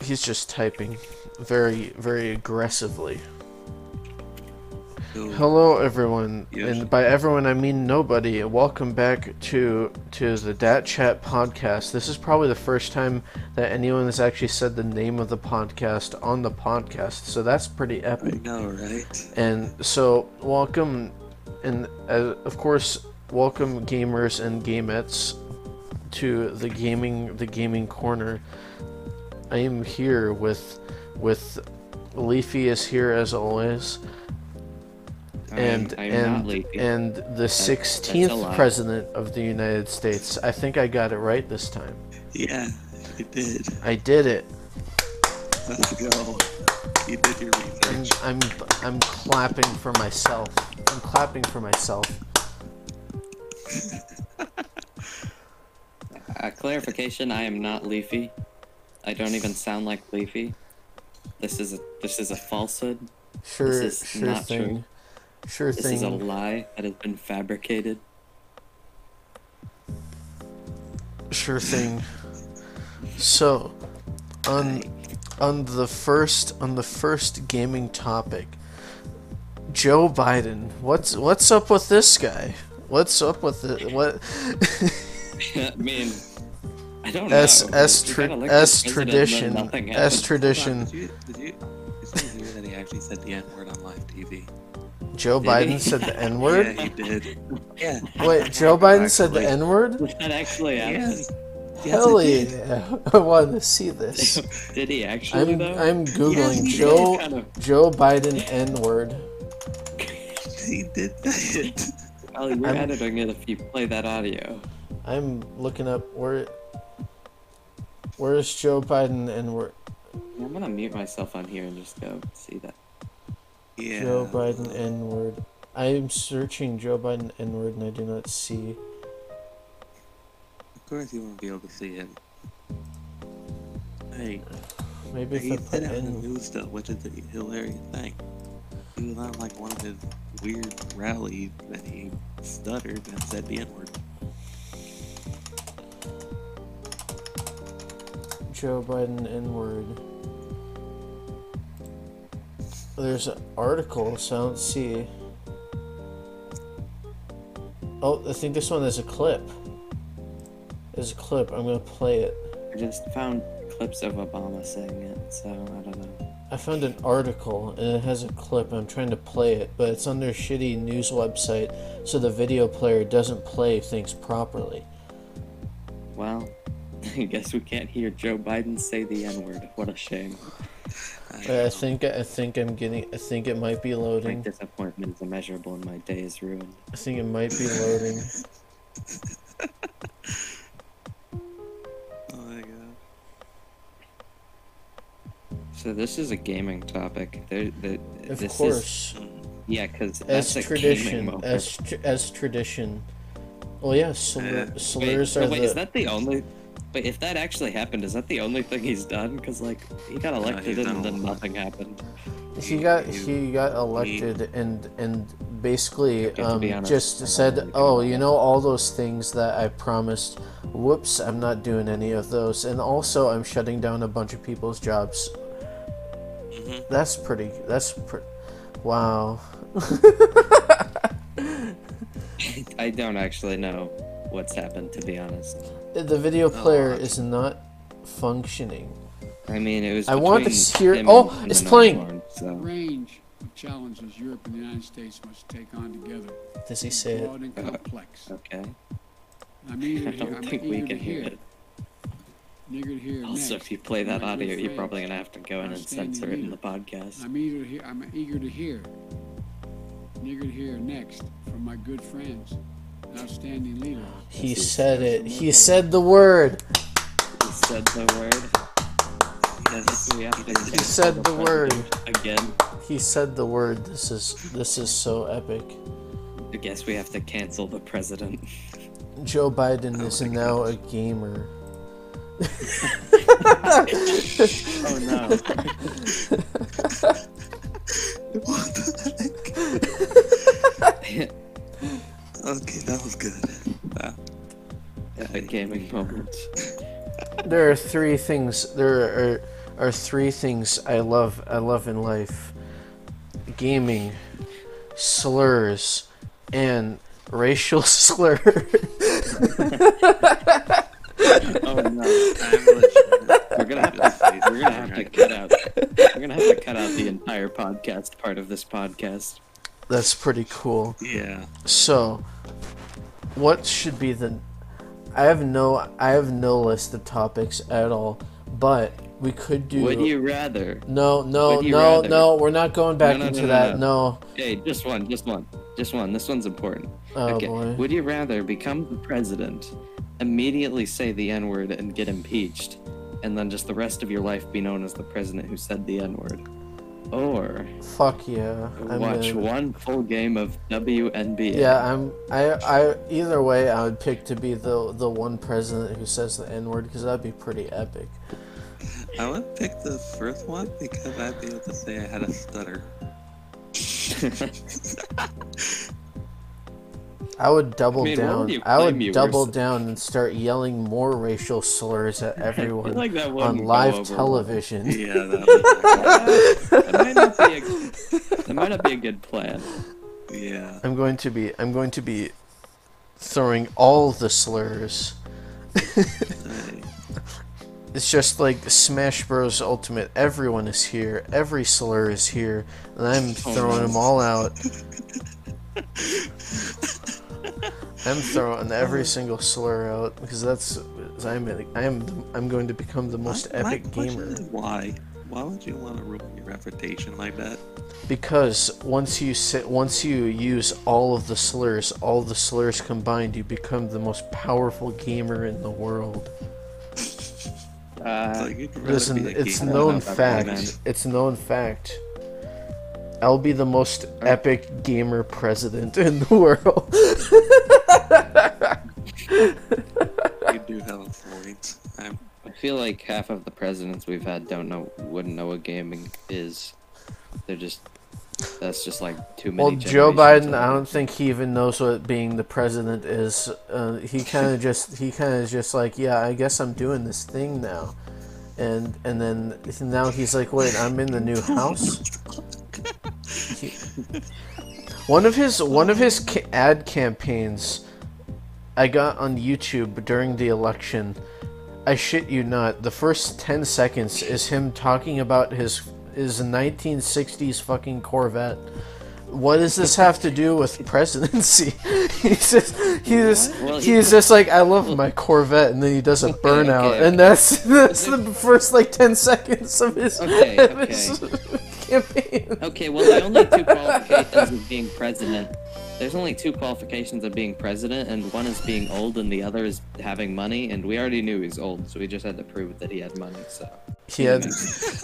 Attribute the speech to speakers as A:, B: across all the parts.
A: he's just typing very, very aggressively.
B: Ooh.
A: Hello, everyone,
B: Yes.
A: and by everyone I mean nobody. Welcome back to to the Dat Chat podcast. This is probably the first time that anyone has actually said the name of the podcast on the podcast, so that's pretty
B: I
A: epic.
B: know, right?
A: And so, welcome, and uh, of course, welcome gamers and gamettes to the gaming the gaming corner. I am here with with Leafy is here as always, and
C: I'm, I'm not
A: and
C: leafy.
A: and the sixteenth
C: lie.
A: president of the United States. I think I got it right this time.
B: Yeah, you did.
A: I did it.
B: Let's go. You did your
A: I'm
B: research.
A: I'm, I'm clapping for myself. I'm clapping for myself.
C: Uh, clarification: I am not Leafy. I don't even sound like Leafy. This is a this is a falsehood.
A: Sure,
C: This is
A: sure
C: not true.
A: thing. Sure
C: This
A: thing.
C: is a lie that has been fabricated.
A: Sure thing. So, on on the first on the first gaming topic, Joe Biden. What's what's up with this guy? What's up with the what?
C: I mean, I don't
A: S
C: know.
A: S
C: We
A: tra-
C: kinda looked at
A: S
C: the president
A: tradition.
C: and nothing
A: S
C: happened.
A: tradition.
B: Did you, did you, did you hear that he actually said the N word on live TV?
A: Joe
C: Did he?
A: Biden said the N word.
B: Yeah, he did. Yeah.
A: Wait, Joe Biden said the
B: Actually.
A: N word.
C: That actually happened.
B: Yes. Yes, it
A: Hell
B: did.
A: yeah! I want to see this.
C: Did he actually
A: I'm
C: though?
A: I'm googling
B: he
A: Joe
C: Kind of,
A: Joe Biden N word.
B: He did that.
C: Ali, we're
A: I'm-
C: editing it if you play that audio.
A: I'm looking up where. Where's Joe Biden and where
C: I'm gonna mute myself on here and just go see that.
B: Yeah.
A: Joe Biden N word? I'm searching Joe Biden N word and I do not see.
B: Of course you won't be able to see him. Hey,
A: Maybe if
B: he
A: I put
B: said it on the
A: N.
B: news though, which is a hilarious thing. He was on like one of his weird rallies that he stuttered and said the N word.
A: Joe Biden N word. There's an article, so I don't see. Oh, I think this one is a clip. Is a clip. I'm gonna play it.
C: I just found clips of Obama saying it, so I don't know.
A: I found an article and it has a clip. I'm trying to play it, but it's on their shitty news website, so the video player doesn't play things properly.
C: Well, I guess we can't hear Joe Biden say the N word. What a shame.
A: But I think I think I'm getting. I think it might be
C: My
A: loading.
C: disappointment is immeasurable and my day is ruined.
A: I think it might be loading.
B: Oh my god.
C: So, this is a gaming topic. There, the,
A: Of
C: this Is,
A: course,
C: yeah, because
A: as
C: that's a gaming
A: tradition,
C: moment.
A: as tr- as tradition. Well, yeah, slur-
B: Uh,
C: wait,
A: slurs
C: so
A: are
C: wait,
A: the.
C: is that the only. Wait, if that actually happened, is that the only thing he's done? Because, like, he got
B: he's
C: elected
B: done a
C: and then
B: lot.
C: nothing happened.
A: he got he got elected and and basically
C: to
A: um,
C: be honest,
A: just
C: I don't
A: said
C: really care
A: oh
C: about
A: you
C: that."
A: know all those things that i promised whoops i'm not doing any of those and also i'm shutting down a bunch of people's jobs
C: Mm-hmm.
A: that's pretty that's pre- wow
C: I don't actually know what's happened, to be honest.
A: the video player
B: that's-
A: is not functioning
C: I mean, it was.
A: I want to
C: between
A: hear-
C: him
A: oh,
C: and
A: it's
C: the
A: playing!
C: Northern, so.
D: range of challenges Europe and the United States must take on together.
A: does he say it
D: Broad and complex.
C: Okay.
D: I'm eager
C: I
D: to hear.
C: don't
D: I'm
C: think we
D: eager to
C: can hear it.
D: I'm eager to hear
C: Also,
D: next
C: if you play
D: from
C: that
D: my good
C: audio, you're
D: friends.
C: probably gonna have to go in
D: our
C: and
D: standing
C: censor it in
D: leader.
C: the podcast.
D: I'm eager to hear. I'm eager to hear. I'm eager to hear next from my good friends, and outstanding leaders.
A: he
C: This is-
A: said it he said the word
C: He said the word.
B: Yes,
C: We have to
A: he said the word
C: again.
A: he said the word this is this is so epic
C: I guess we have to cancel the president.
A: Joe Biden
B: Oh
A: is
B: my
A: now a gamer.
C: Oh no.
B: What the heck? Okay, that was good. Wow.
C: a gaming moment.
A: There are three things. There are are three things I love. I love in life: gaming, slurs, and racial slur.
C: Oh no,
B: I'm legit.
C: we're gonna have to, we're gonna have to cut out. We're gonna have to cut out the entire podcast part of this podcast.
A: That's pretty cool.
B: Yeah.
A: So, what should be the? I have no. I have no list of topics at all. But we could do.
C: Would you rather?
A: No, no,
C: Would you
A: no,
C: rather?
A: no. We're not going back
C: No, no,
A: into
C: no, no,
A: that. No.
C: Hey, just one, just one, just one. This one's important.
A: Oh
C: okay.
A: boy.
C: Would you rather become the president, immediately say the N word and get impeached, and then just the rest of your life be known as the president who said the N word? Or
A: Fuck yeah. I'm
C: watch
A: in.
C: one full game of WNBA.
A: Yeah, I'm. I. I. Either way, I would pick to be the the one president who says the N word because that'd be pretty epic.
B: I would pick the first one because I'd be able to say I had a stutter.
A: I would double
C: I mean, why
A: down.
C: would you
A: I would
C: claim you were
A: double
C: s-
A: down and start yelling more racial slurs at
C: I
A: everyone
C: feel like that wouldn't
A: on
C: go
A: live
C: over well.
A: television.
B: Yeah, that
C: that, might not be a, that might not be a good plan.
B: was Yeah.
A: I'm going to be. I'm going to be throwing all the slurs.
B: I-
A: It's just like Smash Bros. Ultimate. Everyone is here. Every slur is here, and I'm
C: Oh,
A: throwing
C: no.
A: them all out. I'm throwing every single slur out because that's I'm I'm I'm going to become the most
B: My- my
A: epic
B: question
A: gamer
B: is Why? Why would you want to ruin your reputation like that?
A: because once you sit once you use all of the slurs, all the slurs combined, you become the most powerful gamer in the world.
B: It's
C: Uh,
B: like, you'd rather
A: Listen,
B: be a
A: it's
B: gamer
A: known
B: than a
A: fact.
B: man.
A: It's known fact. I'll be the most epic gamer president in the world.
B: You do have a point. I'm,
C: I feel like half of the presidents we've had don't know wouldn't know what gaming is. They're just that's just like too many.
A: well, Joe
C: generations
A: Biden, I
C: of-
A: don't think he even knows what being the president is. Uh, he kind of just he kind of just like, yeah, I guess I'm doing this thing now. And and then now he's like, wait, I'm in the new house. He- one of his one of his ca- ad campaigns I got on YouTube during the election. I shit you not. The first 10 seconds is him talking about his his 1960s fucking Corvette. What does this have to do with presidency? he's just he's just,
C: What? Well, he-
A: he's just like I love my Corvette and then he does a burnout
C: okay.
A: and that's that's the first like 10 seconds of his,
C: Okay,
A: of
C: okay.
A: his campaign.
C: Okay, well, the only two qualifications of being president. There's only two qualifications of being president, and one is being old, and the other is having money. And we already knew he's old, so we just had to prove that he had money. So
A: He had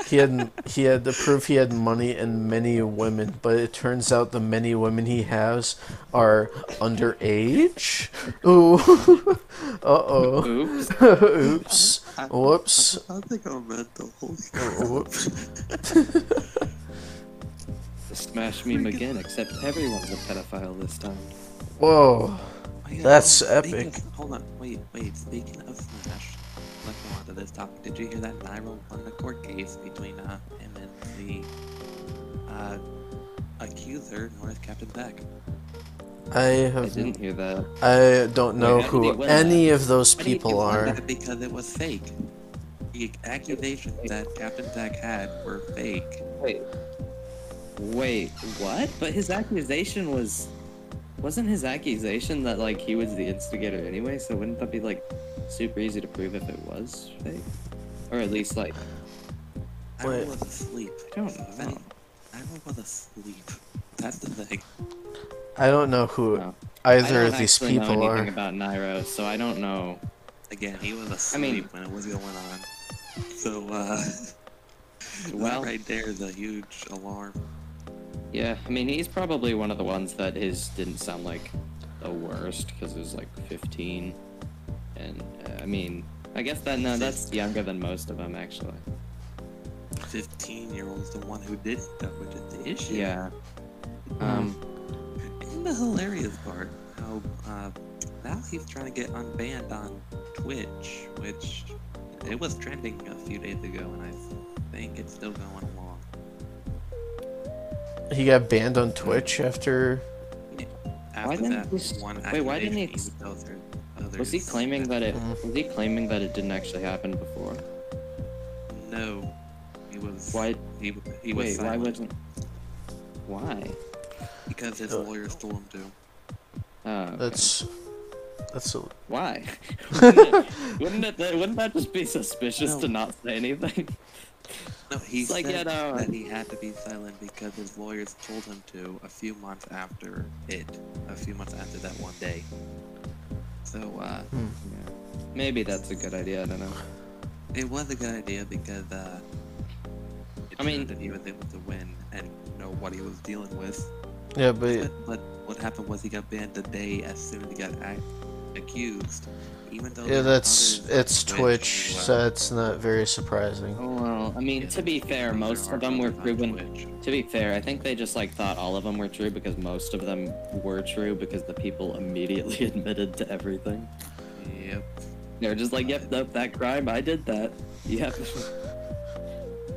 A: he had he had the proof he had money and many women, but it turns out the many women he has are underage. Ooh, uh oh,
C: oops.
A: oops,
B: I-
A: whoops.
B: I think I'm mental. Holy crap.
A: Whoops.
C: Smash meme again, except everyone's a pedophile this time.
A: Whoa,
B: Wait,
A: That's
B: um, speaking
A: epic.
B: of- hold on, wait, wait. Speaking of Smash, let's go on to this topic. Did you hear that Nairo won the court case between uh, him and the uh, accuser known as Captain Beck?
A: I
C: I
A: have
C: didn't hear that.
A: I don't know
C: Wait, how did he
A: who
C: win
A: any of those
B: But he- he
A: people
B: won
A: are.
B: that Because it was fake. The accusations that Captain Beck had were fake.
C: Wait, wait, what? But his accusation was, wasn't his accusation that like he was the instigator anyway? So wouldn't that be like super easy to prove if it was fake, or at least like
A: Wait.
B: I was asleep.
C: I don't
B: If
C: know.
B: any- Nairo was asleep. That's the thing.
A: I don't know who
C: No. Oh. I
A: either
C: don't
A: of these
C: actually
A: people
C: know anything
A: are.
C: about Nairo, so I don't know.
B: Again, he was asleep
C: mean-
B: when it was going on. So, uh.
C: Well,
B: Well, right there is a huge alarm.
C: yeah, I mean he's probably one of the ones that his didn't sound like the worst because it was like 15, and uh, I mean I guess that no, that's younger than most of them actually.
B: 15 year old's the one who did stuff, which is the issue.
C: Yeah. Um.
B: And the hilarious part, how uh, now he's trying to get unbanned on Twitch, which it was trending a few days ago, and I think it's still going along.
A: He got banned on Twitch after.
B: After
C: didn't
B: that
C: this-
B: one
C: wait, why didn't he-
B: accusation, would tell through others
C: Was he claiming that it?
A: Mhm.
C: Was he claiming that it didn't actually happen before?
B: No, he was.
C: Why?
B: He, he was
C: Wait, why
B: silent
C: wasn't? Why?
B: because his
A: Uh,
B: lawyer stole him too.
C: Oh, okay.
A: That's. That's. A,
C: why. wouldn't it? Wouldn't that just be suspicious
B: No.
C: to not say anything?
B: No, he
C: It's like, uh,
B: said
C: yeah, no.
B: that he had to be silent because his lawyers told him to a few months after it, a few months after that one day. So uh,
C: Maybe that's a good idea. I don't know.
B: it was a good idea because uh, it
C: I mean-
B: showed that he was able to win and know what he was dealing with.
A: yeah, but
B: But, but what happened was he got banned the day as soon as he got ac accused, even though there
A: yeah,
B: were
A: that's
B: others on
A: it's Twitch,
B: as
A: so
B: well.
A: it's not very surprising.
C: Oh well. I mean,
B: Yeah,
C: to be fair,
B: there
C: most
B: are
C: of them were
B: others on
C: proven.
B: Twitch.
C: To be fair, I think they just like thought all of them were true because most of them were true because the people immediately admitted to everything.
B: Yep.
C: They were just like, "Yep, nope, that crime, I did that."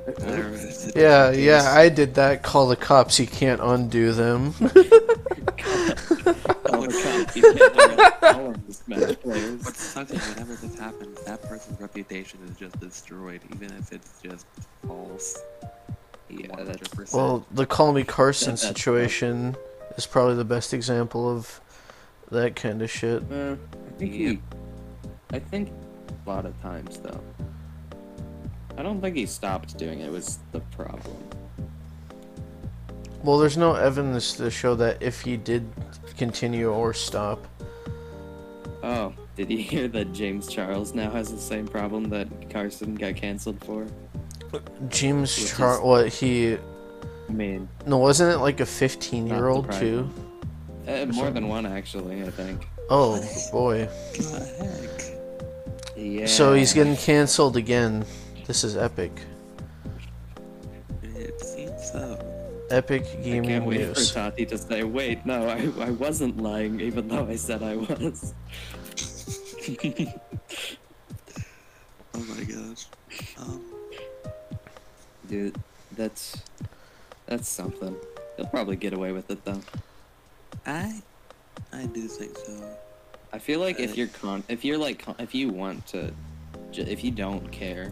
C: Yep.
B: There was a-
A: Yeah,
B: there
A: yeah,
B: was-
A: I did that. Call the cops. You can't undo them.
C: Oh my god, you can't direct all of these match players.
B: What sucks is whenever this happens, that person's reputation is just destroyed, even if it's just false.
C: Yeah, that's-
B: 100%.
A: Well, the Call Me Carson
C: That- that's tough.
A: situation is probably the best example of that kind of shit.
C: Uh, I think he. I think a lot of times though. I don't think he stopped doing it. Was the problem?
A: Well, there's no evidence to show that if he did continue or stop.
C: Oh, did you hear that James Charles now has the same problem that Carson got canceled for?
A: James
C: Which
A: Char,
C: is-
A: what he?
C: I mean,
A: No, wasn't it like a 15 year old
C: Not
A: too?
C: surprising. uh, more than one actually. I think.
A: Oh boy.
B: the heck?
C: Yeah.
A: So he's getting canceled again. This is epic.
B: It seems so.
A: Epic
C: I
A: gaming
C: can't wait
A: news.
C: for Tati to say, "Wait, no, I, I wasn't lying, even though I said I was."
B: Oh my gosh. Um,
C: Dude, that's that's something. They'll probably get away with it though.
B: I, I do think so.
C: I feel like
B: Uh,
C: if you're con, if you're like, con- if you want to, ju- if you don't care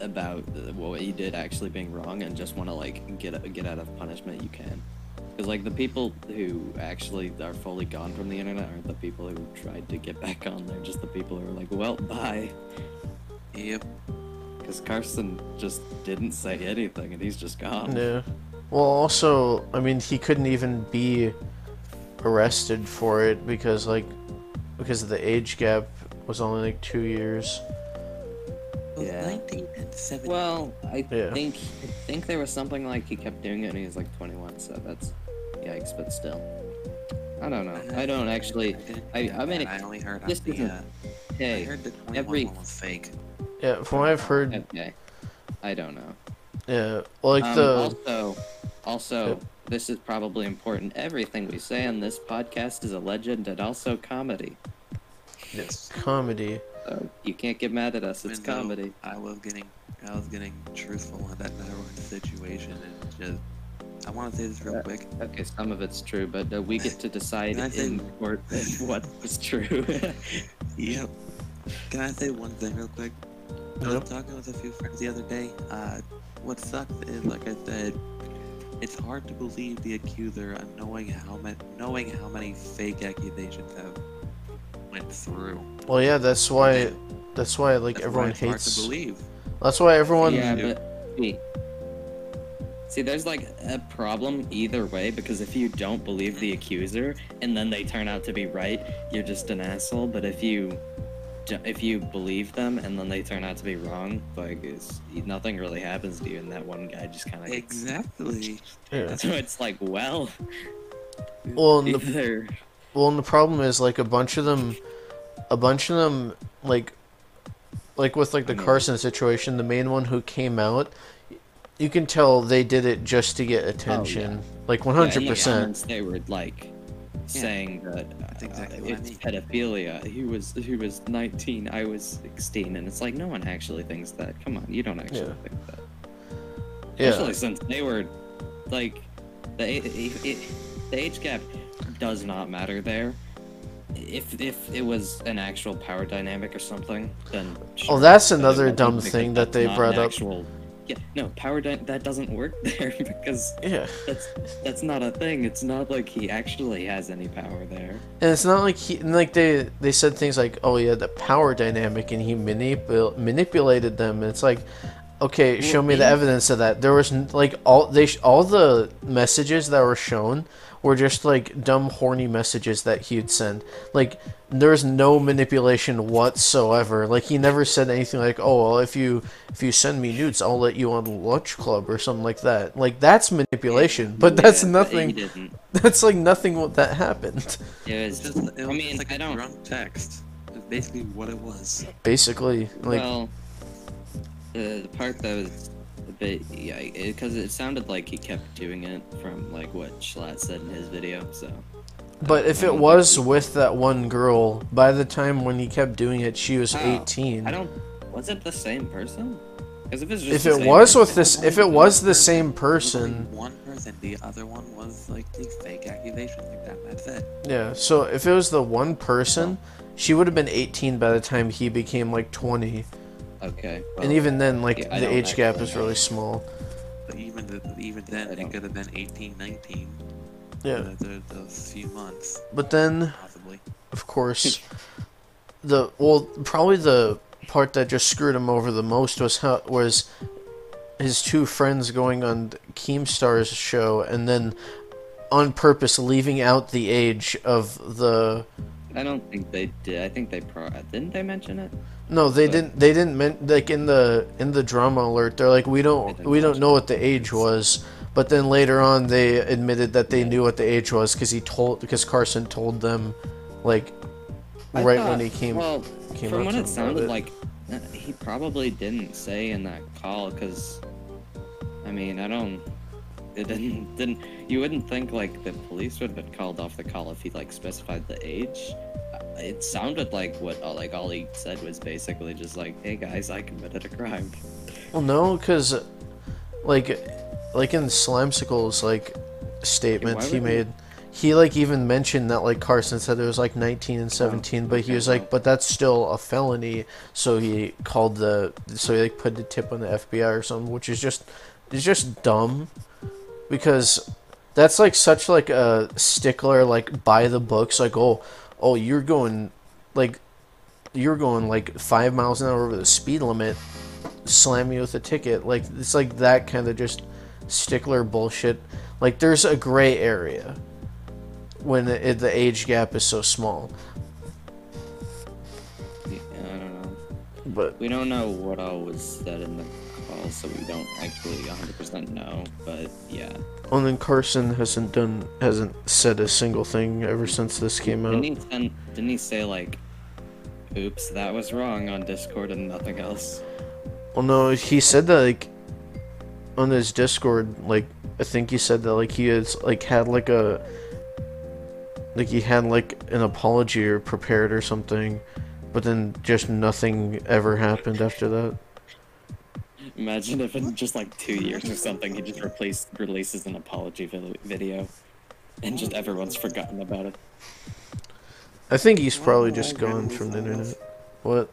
C: about the- what you did actually being wrong and just want to like get get out of punishment, you can. Because like the people who actually are fully gone from the internet aren't the people who tried to get back on. They're just the people who are like, well, bye.
B: Yep.
C: Because Carson just didn't say anything and he's just gone.
A: No. Well, also, I mean, he couldn't even be arrested for it because, like, because of the age gap was only like two years.
B: Well,
C: Yeah.
B: 19 and 17.
C: Well, I
A: Yeah.
C: think I think there was something like he kept doing it and he was like 21, so that's yikes. But still, I don't know. I don't actually.
B: didn't
C: I-
B: hear
C: I mean,
B: that. I only heard on
C: this
B: the,
C: isn't-
B: uh, I
C: Hey,
B: heard the 21
C: every-
B: one was fake.
A: Yeah, from what I've heard,
C: okay. I don't know.
A: yeah, like
C: Um,
A: the
C: Also, also,
A: Yep.
C: this is probably important. Everything we say on this podcast is a legend and also comedy.
B: Yes.
A: comedy.
C: So you can't get mad at us. It's
B: Even though
C: comedy.
B: I was getting, I was getting truthful on that narrowing situation, and just, I want to say this real
C: Yeah.
B: quick.
C: Okay, some of it's true, but uh, we get to decide
B: I
C: in
B: think-
C: court what was true.
B: Yep. Can I say one thing real quick? I
A: Yep.
B: was talking with a few friends the other day. Uh, what sucks is, like I said, it's hard to believe the accuser of knowing how many, knowing how many fake accusations have went through.
A: Well, yeah, that's why. That's why like
B: That's why
A: everyone
B: it's hard to
A: hates.
B: believe.
A: That's why everyone.
C: Yeah,
B: do.
C: but see, see, there's like a problem either way because if you don't believe the accuser and then they turn out to be right, you're just an asshole. But if you d- if you believe them and then they turn out to be wrong, like it's, nothing really happens to you, and that one guy just kind of
B: Exactly.
A: yeah.
C: So it's like, well,
A: Well, and the
C: either
A: Well, and the problem is like a bunch of them, a bunch of them like, like with like the
C: I know.
A: Carson situation, the main one who came out, you can tell they did it just to get attention, like one
C: Oh, Yeah, in the
A: hundred percent.
C: comments They were like saying that
B: That's
C: uh,
B: exactly what I
C: it's
B: mean.
C: pedophilia. He was he was 19. I was 16, and it's like no one actually thinks that. Come on, you don't actually
A: Yeah.
C: think that.
A: Yeah.
C: Especially since they were, like, the a- a- a- the age gap does not matter there. If if it was an actual power dynamic or something, then.
A: Oh,
C: sure,
A: that's
C: but it
A: another
C: doesn't
A: dumb
C: because
A: thing
C: that's
A: that they
C: not
A: brought
C: an
A: up.
C: Actual, yeah, no power dy- that doesn't work there because
A: Yeah.
C: that's that's not a thing. It's not like he actually has any power there.
A: And it's not like he and, like they they said things like, "Oh yeah, the power dynamic," and he manipul- manipulated them. And it's like, okay, show me the
C: yeah.
A: evidence of that. There was n- like all they sh- all the messages that were shown were just like dumb horny messages that he'd send. Like there was no manipulation whatsoever. Like he never said anything like, "Oh well, if you if you send me nudes, I'll let you on lunch club" or something like that. Like that's manipulation, but that's
C: Yeah, But he
A: nothing.
C: didn't.
A: That's like nothing what that happened.
C: It
B: It's
C: was
B: just, it
C: I
B: was
C: mean,
B: just like
C: I
B: a
C: don't.
B: drunk text. That's basically what it was.
A: Basically, like.
C: well, the, the part that was a bit yeah, because it, sounded like he kept doing it from like what Schlatt said in his video. So
A: But if it
C: don't
A: was
C: think
A: with that one girl, by the time when he kept doing it, she was
C: Oh,
A: eighteen.
C: I don't. Was it the same person? Because if it's just
A: If
C: the
A: it
C: same
A: was
C: person-
A: with this, if it was the same
B: It was only
A: person,
B: One person. The other one was like the fake accusation. Like that. That's it.
A: yeah. So if it was the one person, she would have been eighteen by the time he became like twenty.
C: okay,
A: And even then, like
C: yeah, I
A: the
C: don't
A: age gap
C: actually
A: is
C: know.
A: really small.
B: But even the, even
C: I
B: then,
C: don't-
B: it could have been 18, 19.
A: Yeah.
B: The, the, the few months,
A: But then,
B: possibly.
A: of course, the well, probably the part that just screwed him over the most was how was his two friends going on Keemstar's show and then on purpose leaving out the age of the
C: I don't think they did. I think they pro didn't they mention it.
A: no they
C: But-
A: didn't they didn't men- like in the in the drama alert they're like we
C: They
A: don't
C: didn't
A: we don't
C: mention
A: know what the age was but then later on they admitted that they knew what the age was because he told because carson told them like
C: I
A: right
C: thought-
A: when he came
C: Well,
A: came out
C: from what
A: to him
C: it
A: about
C: sounded
A: it.
C: like, uh, he probably didn't say in that call because, I mean, I don't. It didn't. Didn't. You wouldn't think like the police would have been called off the call if he like specified the age. Uh, It sounded like what uh, like all he said was basically just like, "Hey guys, I committed a crime."
A: Well, no, because, like, like in Slimesicle's like statement
C: why
A: he
C: would he-
A: made, he like even mentioned that like Carson said it was like 19 and 17, but he
C: okay,
A: was
C: no.
A: like, but that's still a felony, so he called the, so he like put the tip on the FBI or something, which is just, it's just dumb, because that's like such like a stickler like by the books like oh oh you're going like you're going like five miles an hour over the speed limit slam you with a ticket. Like it's like that kind of just stickler bullshit. Like there's a gray area when the, the age gap is so small.
C: Yeah, I don't know.
A: But
C: We don't know what all was said in the call, so we don't actually 100% know. But yeah,
A: and then Carson hasn't done hasn't said a single thing ever since this came out.
C: Didn't he, send, didn't he say like, "Oops, that was wrong" on Discord and nothing else?
A: Well, no, he said that like on his Discord, like I think he said that like he has like had like a like he had like an apology or prepared or something, but then just nothing ever happened after that.
C: Imagine if in just like two years or something, he just replace, releases an apology vi- video, and just everyone's forgotten about it.
A: I think he's
B: Why
A: probably
B: do
A: just
B: I
A: gone
B: really
A: from the
B: love-
A: internet. What?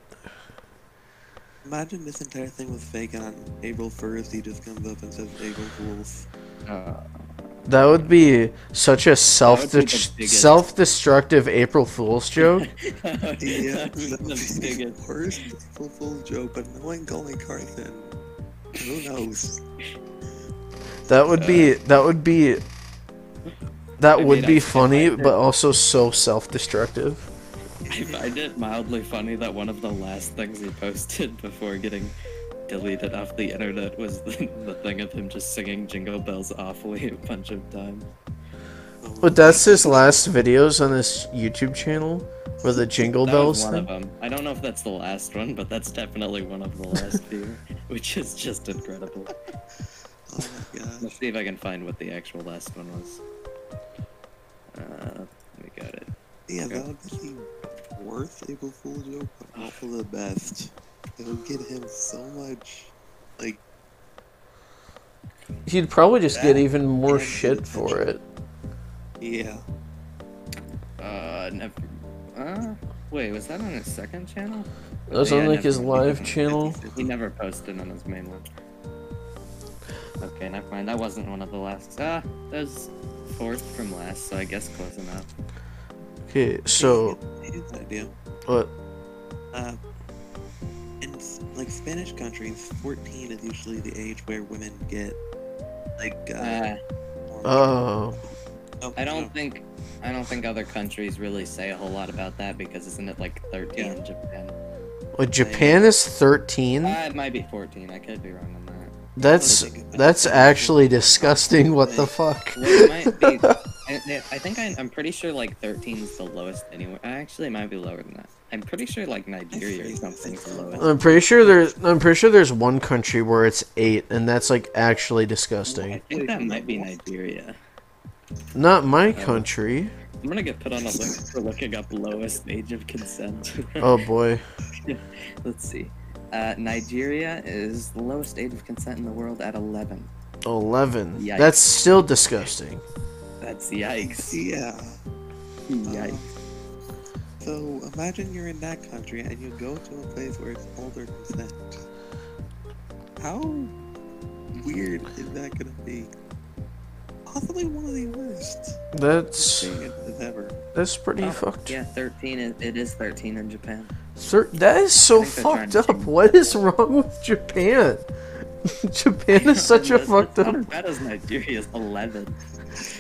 B: Imagine this entire thing was fake, and on April 1st, he just comes up and says April Fools.
C: Uh,
A: That would be such a self
C: would be the biggest-
A: self destructive April Fool's joke.
B: Yeah,
C: the biggest.
B: worst April Fool's joke, but knowing Golden Carson, who knows?
A: That would be
C: Uh,
A: that would be that
C: I
A: would
C: mean, I-
A: be
C: if I
A: funny,
C: did-
A: but also so self destructive.
C: I find it mildly funny that one of the last things he posted before getting deleted off the internet was the, the thing of him just singing Jingle Bells awfully a bunch of times.
A: But that's his last videos on his YouTube channel, where the jingle
C: That was
A: bells
C: one
A: thing.
C: of them. I don't know if that's the last one, but that's definitely one of the last few, which is just incredible.
B: Oh my god.
C: Let's see if I can find what the actual last one was. Uh, we got it.
B: Yeah,
C: Okay.
B: that would be the worst April Fool's joke, but also the best. It would get him so much, like,
A: He'd probably just get
B: That-
A: even more
B: yeah.
A: shit for it.
B: Yeah.
C: Uh, never. Uh, wait, was that on his second channel?
A: That's
C: Yeah,
A: on like his
C: never-
A: live channel.
C: He never posted on his main one. Okay, never mind. That wasn't one of the last. Ah, that was fourth from last, so I guess close enough.
A: Okay, so
B: Here's an idea.
A: what?
B: Uh, in s- like Spanish countries, 14 is usually the age where women get like. Uh,
C: Uh,
B: hormones.
A: Oh,
B: Oh,
C: I
B: no.
C: don't think. I don't think other countries really say a whole lot about that because isn't it like 13 in Japan?
A: wait, Japan is
C: Uh,
A: thirteen.
C: it might be 14. I could be wrong on that.
A: That's that's actually disgusting. What the fuck?
C: Well, it might be. I, I think I, I'm pretty sure like 13 is the lowest anywhere. Actually, it might be lower than that. I'm pretty sure like Nigeria or something's the lowest.
A: I'm pretty sure there's I'm pretty sure there's one country where it's eight, and that's like actually disgusting.
C: I think that might be Nigeria.
A: Not my country.
C: I'm gonna get put on a list for looking up lowest age of consent.
A: Oh boy.
C: Let's see. Uh, Nigeria is the lowest age of consent in the world at 11.
A: 11.
C: Yikes.
A: That's still disgusting.
C: That's yikes.
B: Yeah.
C: Yikes.
B: So imagine you're in that country and you go to a place where it's older consent. How weird is that gonna be? Possibly one of the worst
A: That's
B: experiences ever.
A: that's pretty
C: Oh,
A: fucked.
C: Yeah, 13 is, it is 13 in Japan.
A: Sir, that is so
C: I think they're trying
A: fucked
C: to
A: up.
C: change
A: What is wrong with Japan? Japan is such a
C: It's not
A: fucked up.
C: As bad as Nigeria's 11.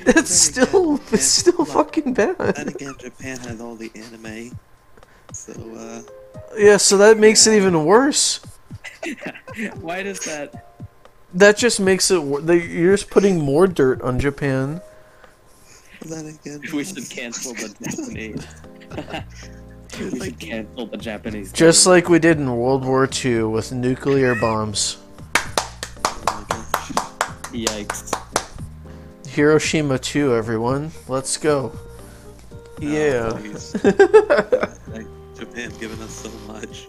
A: It's still
B: Japan.
A: it's still
B: Yeah.
A: fucking
B: Then
A: bad.
B: again, Japan has all the anime. So uh
A: Yeah, so that makes it
B: Yeah.
A: even worse.
C: Why does that?
A: That just makes it. wor- they- You're just putting more dirt on Japan.
B: then again
C: We should cancel the Japanese. we should cancel the Japanese.
A: Just
C: government.
A: like we did in World War II with nuclear bombs.
B: Oh my gosh.
C: yikes.
A: Hiroshima 2, everyone. Let's go.
B: No,
A: Yeah.
B: please. like, Japan's given us so much.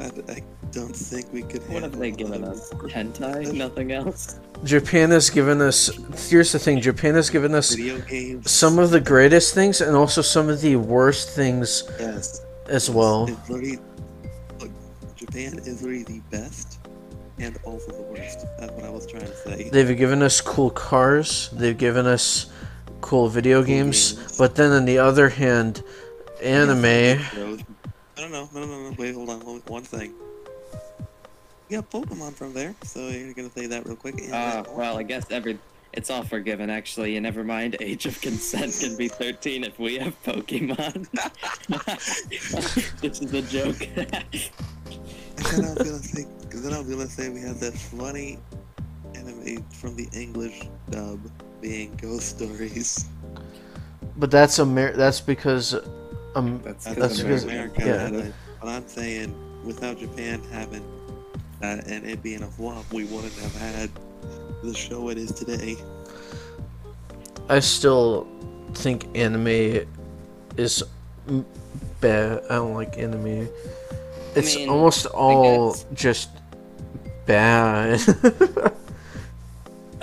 B: I, I don't think we could.
C: What have
B: handle
C: they given
B: another
C: us?
B: war.
C: Hentai? Nothing else?
A: Japan has given us. Here's the thing Japan has given us
B: Video games.
A: some of the greatest things and also some of the worst things
B: Yes.
A: as well.
B: It's literally, look, Japan is really the best and also the worst. That's what I was trying to say.
A: They've given us cool cars, they've given us cool video games,
B: games.
A: but then on the other hand, anime.
B: No, no, no, no, no, no. Wait, hold on. One, one thing. We got Pokemon from there, so you're gonna say that real quick. and
C: Uh,
B: that's all.
C: well, I guess every it's all forgiven actually, and never mind. Age of consent can be thirteen if we have Pokemon. this is a joke.
B: then I was gonna say, then I was gonna say we have that funny anime from the English dub being Ghost Stories.
A: But that's Amer- that's because. Um,
C: That's,
A: That's because-
B: America
A: yeah.
B: had it. But I'm saying, without Japan having that and it being a flop, we wouldn't have had the show it is today.
A: I still think anime is m- bad. I don't like anime. It's
C: mean,
A: almost all
C: guess.
A: just bad.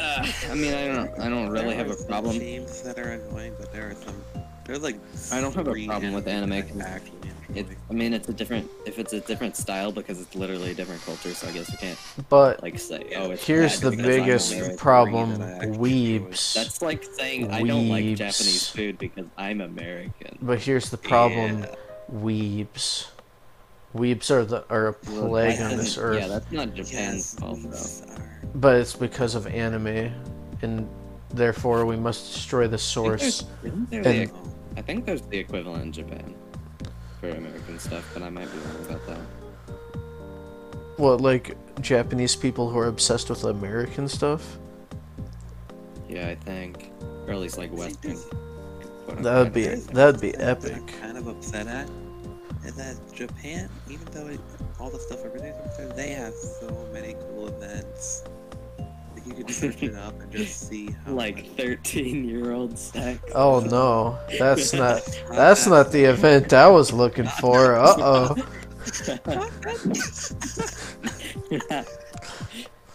C: Uh, I mean, I don't, I don't really
B: There
C: have
B: are
C: a
B: some
C: problem.
B: Themes that are annoying, but there are some. There's like
C: I don't have a
B: three
C: problem with
B: anime
C: anime.
B: that I actually enjoy.
C: It, I mean, it's a different if it's a different style because it's literally a different culture. So I guess we can't
A: but
C: like say, oh, it's
A: here's
C: bad
A: the
C: because it's not
A: biggest
C: American.
A: problem:
B: that I actually
A: weebs.
C: That's like saying I don't like
A: Weebs.
C: Japanese food because I'm American.
A: But here's the problem:
B: Yeah.
A: weebs. Weebs are the are a plague
C: That
A: on this
C: doesn't-
A: earth.
C: Yeah, that's not Japan's
B: Yes,
C: fault though.
B: these are-
A: But it's because of anime, and therefore we must destroy the source.
C: Isn't there
A: And-
C: the,
B: oh,
C: I think there's the equivalent in Japan for American stuff, but I might be wrong about that.
A: Well, like Japanese people who are obsessed with American stuff.
C: Yeah, I think, or at least like Western. quote
A: That would
C: unquote.
A: be
B: There's
A: that'd be
B: one thing that
A: epic.
B: I'm kind of upset at is that Japan, even though it, all the stuff everything's over there, they have so many cool events. Like you could search it up and just see how
C: like
B: much-
C: 13 year old sex.
A: Oh no, that's not
B: how
A: that's
B: that-
A: not the event I was looking for. Uh oh.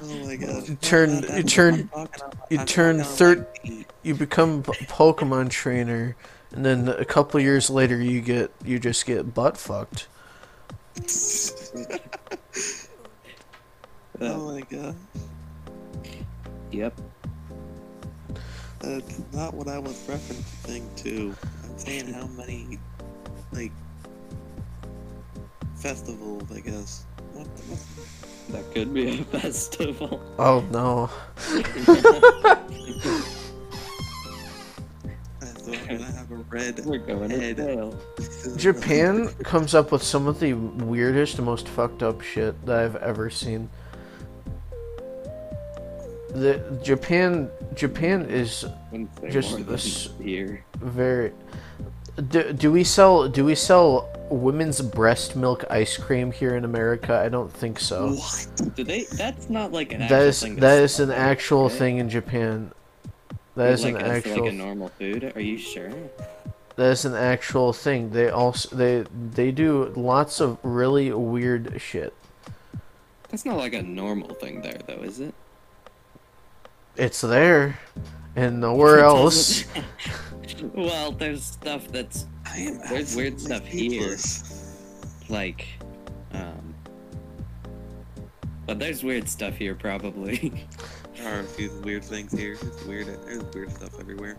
B: Oh my god.
A: You turn- you turn- you turn thir- you become a Pokemon trainer, and then a couple years later, you get you just get butt fucked.
C: Uh,
B: Oh my god.
C: yep.
B: That's not what I was referencing to. I'm saying how many, like, festivals, I guess. What, what,
C: That could be a festival.
A: Oh no!
B: so I'm gonna have a red
C: We're going to
B: Head.
C: jail.
A: Japan comes up with some of the weirdest, most fucked up shit that I've ever seen. The Japan Japan is
C: Wouldn't say
A: Just
C: more than
A: this-
C: here.
A: very. Do, do we sell do we sell women's breast milk ice cream here in America? I don't think so.
B: What?
C: Do they? That's not like an
A: That
C: actual
A: is
C: thing.
A: that
C: that's
A: is an
C: sold,
A: actual
C: right?
A: thing in Japan. That is
C: like,
A: an
C: as,
A: actual
C: like a normal food. Are you sure?
A: that is an actual thing. They also they they do lots of really weird shit.
C: That's not like a normal thing there, though, is it?
A: It's there, and nowhere
C: It
A: else.
C: doesn't- well, there's stuff that's
B: I am
C: There's weird
B: absolutely
C: stuff here.
B: speechless.
C: like, um, but there's weird stuff here probably.
B: There are a few weird things here. It's weird. There's weird stuff everywhere.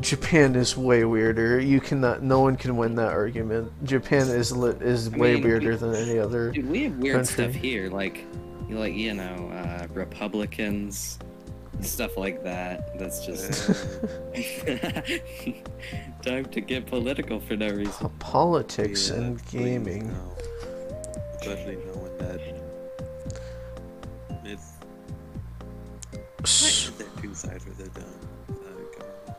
A: Japan is way weirder. You cannot. No one can win that argument. Japan is lit is
C: I
A: way
C: mean,
A: weirder
C: we-
A: than any other.
C: Dude, we have weird
A: Country.
C: stuff here, like, you- like you know, uh, Republicans, stuff like that. That's just
B: Uh,
C: time to get political for no reason.
A: Po- Politics
B: yeah,
A: and
B: please,
A: gaming.
B: no. Especially knowing that it's
A: S-
B: is there two sides or there don't. Uh,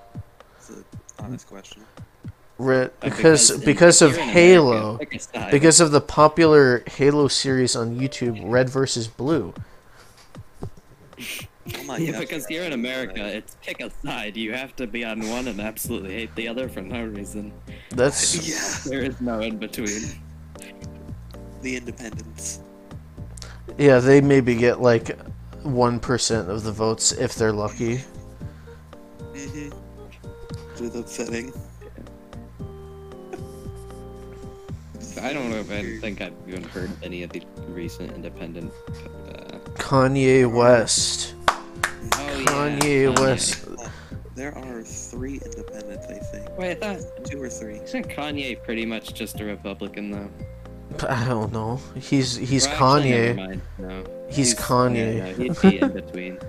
B: it's an honest question.
A: re-
C: But
A: because
C: in-
A: because of
C: here in America,
A: Halo.
C: pick a side.
A: Because of the popular Halo series on YouTube, Red versus Blue.
B: Oh my
C: Yeah,
B: gosh,
C: because
B: you're
C: here
B: absolutely
C: in America,
B: right.
C: it's pick a side. You have to be on one and absolutely hate the other for no reason.
A: That's
B: yeah,
C: There is no in between.
B: the independence.
A: yeah. They maybe get like one percent of the votes if they're lucky.
B: Mm-hmm. Which is upsetting.
C: I don't know if I think I've even heard of any of the recent independent. Uh,
A: Kanye West.
C: oh, yeah.
A: Kanye West.
B: There are three independents, I think.
C: Wait, I thought
B: Two or three.
C: isn't Kanye pretty much just a Republican though?
A: I don't know. He's he's
C: Or actually, never
A: Kanye.
C: mind, No,
A: He's
C: yeah, no,
A: Kanye.
C: he'd be in between.
B: Uh,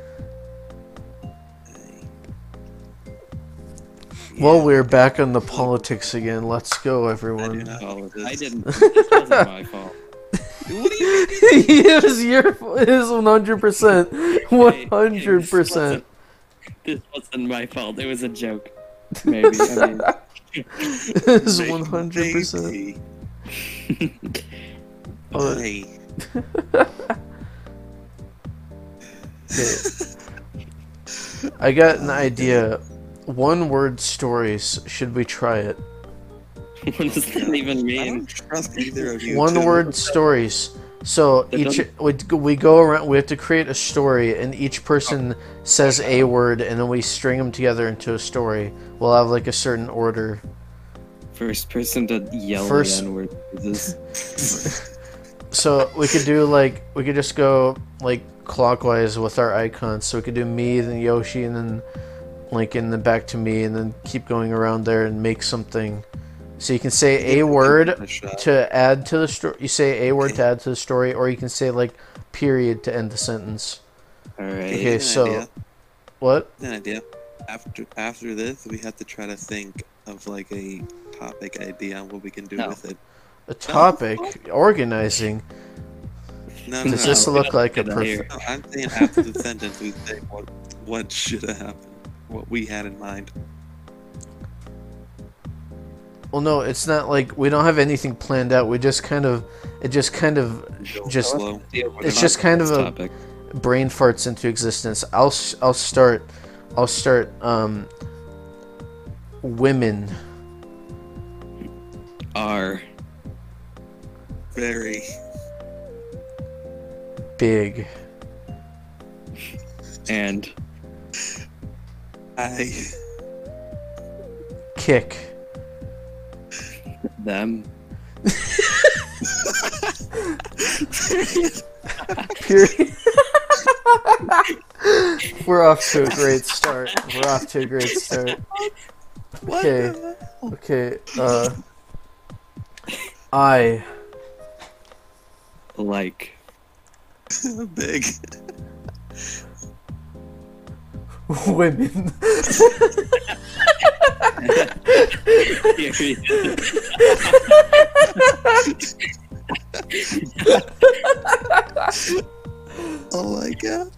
A: Well,
B: yeah.
A: we're back on the politics again. Let's go,
B: do
A: everyone.
B: not-
C: Oh,
B: This-
C: I didn't. This wasn't my fault.
B: What do you mean?
A: It is your it is one hundred percent, one hundred
C: This
A: percent.
C: wasn't- This wasn't my fault. It was a joke. Maybe. I mean,
A: It is one hundred percent.
B: Maybe.
A: Oh.
B: Hey.
A: I got an idea. One word stories. Should we try it?
C: what does that even
B: I
C: mean?
B: don't trust either of you.
A: One
B: two.
A: word stories. So
C: They're
A: each we, we go around. We have to create a story, and each person says a word, and then we string them together into a story. We'll have like a certain order.
C: First person to yell
A: First-
C: the N-word. This
A: So we could do like we could just go like clockwise with our icons. So we could do me, then Yoshi, and then Lincoln, then back to me, and then keep going around there and make something. So you can say a word to add to the story. You say a word to add to the story, or you can say like period to end the sentence.
C: All
A: Okay,
C: right.
B: Here's an
A: so
B: idea.
A: what?
B: Here's an idea. After after this, we have to try to think of like a topic idea on what we can do
C: No.
B: with it.
A: A topic? Organizing?
B: No, no,
A: Does
B: no.
A: this
C: we
A: look
C: don't
A: like a
C: do that here.
A: perfect?
B: No, I'm saying after the sentence, we say what what should have happened, what we had in mind.
A: Well, no, it's not like we don't have anything planned out. We just kind of, it just kind of Just-
B: slow.
A: It's just kind of a- brain farts into existence. I'll s- I'll start, I'll start. Um, women.
C: R.
B: Very
A: Big.
C: and
B: I
A: Kick.
C: them.
A: Period. We're off to a great start. We're off to a great start.
B: what?
A: Okay.
B: the hell?
A: Okay, uh. I.
C: Like,
B: Big.
A: Women.
C: period.
B: Oh my god.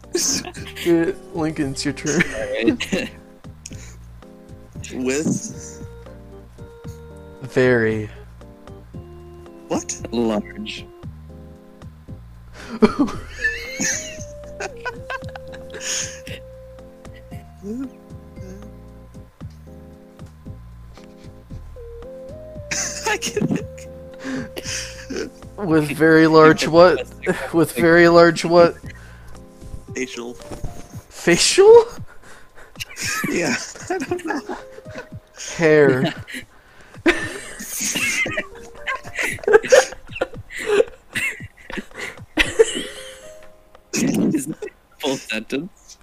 A: Dude, Lincoln, it's your turn.
C: Alright.
B: With
A: Very.
B: what?
C: Large.
B: I can think.
A: With very large what? With very large what?
B: Facial.
A: Facial?
B: Yeah. I don't know.
A: Hair.
C: Is that a full sentence?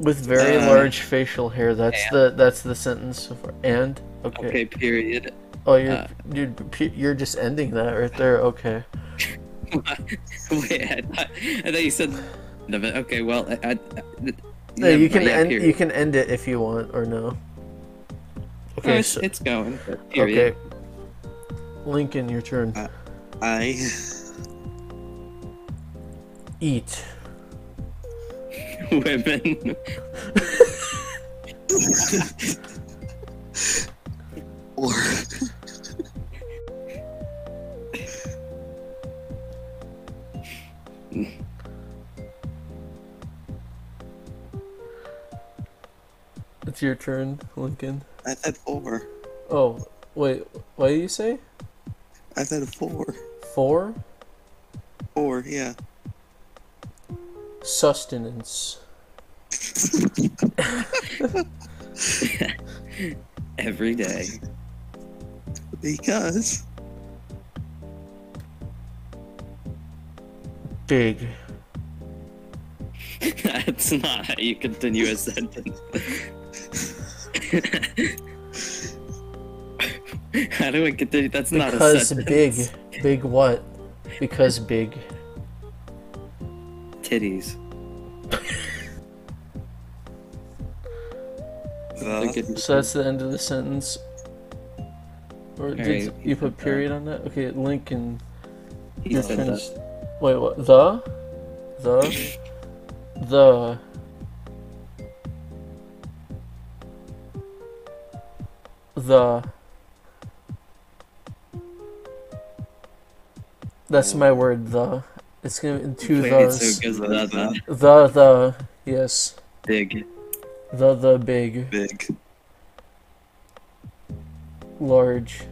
A: With very
C: Uh,
A: large facial hair. That's the that's the sentence so far. And okay.
C: Okay, period.
A: oh, you're
C: uh,
A: you're p- you're just ending that right there. Okay.
C: Wait, I thought, I thought you said end of it. Okay, well, I, I,
A: No, you can end
C: Period.
A: you can end it if you want or no.
C: No,
A: Okay.
C: it's,
A: So,
C: it's going. but Period.
A: okay. Lincoln, your turn.
C: Uh.
B: I
A: Eat.
C: Women.
B: or
A: It's your turn, Lincoln.
B: I said four.
A: Oh, wait. What do you say?
B: I said four.
A: Four.
B: Four, yeah.
A: Sustenance.
C: Every day.
B: Because
A: Big.
C: That's not how you continue a sentence. how do we continue? That's not a
A: Because
C: sentence.
A: big. Big what? Because big.
C: Titties.
B: the
A: So that's the end of the sentence. Or did
C: Alright,
A: you put period on that? Okay, Lincoln.
C: He
A: Your
C: said
A: turns.
C: that.
A: Wait, what? The? The? The. The. That's my word, the. It's gonna be two
C: Wait,
A: thes.
C: so it goes without that.
A: The the yes.
C: Big.
A: The the big
B: big
A: large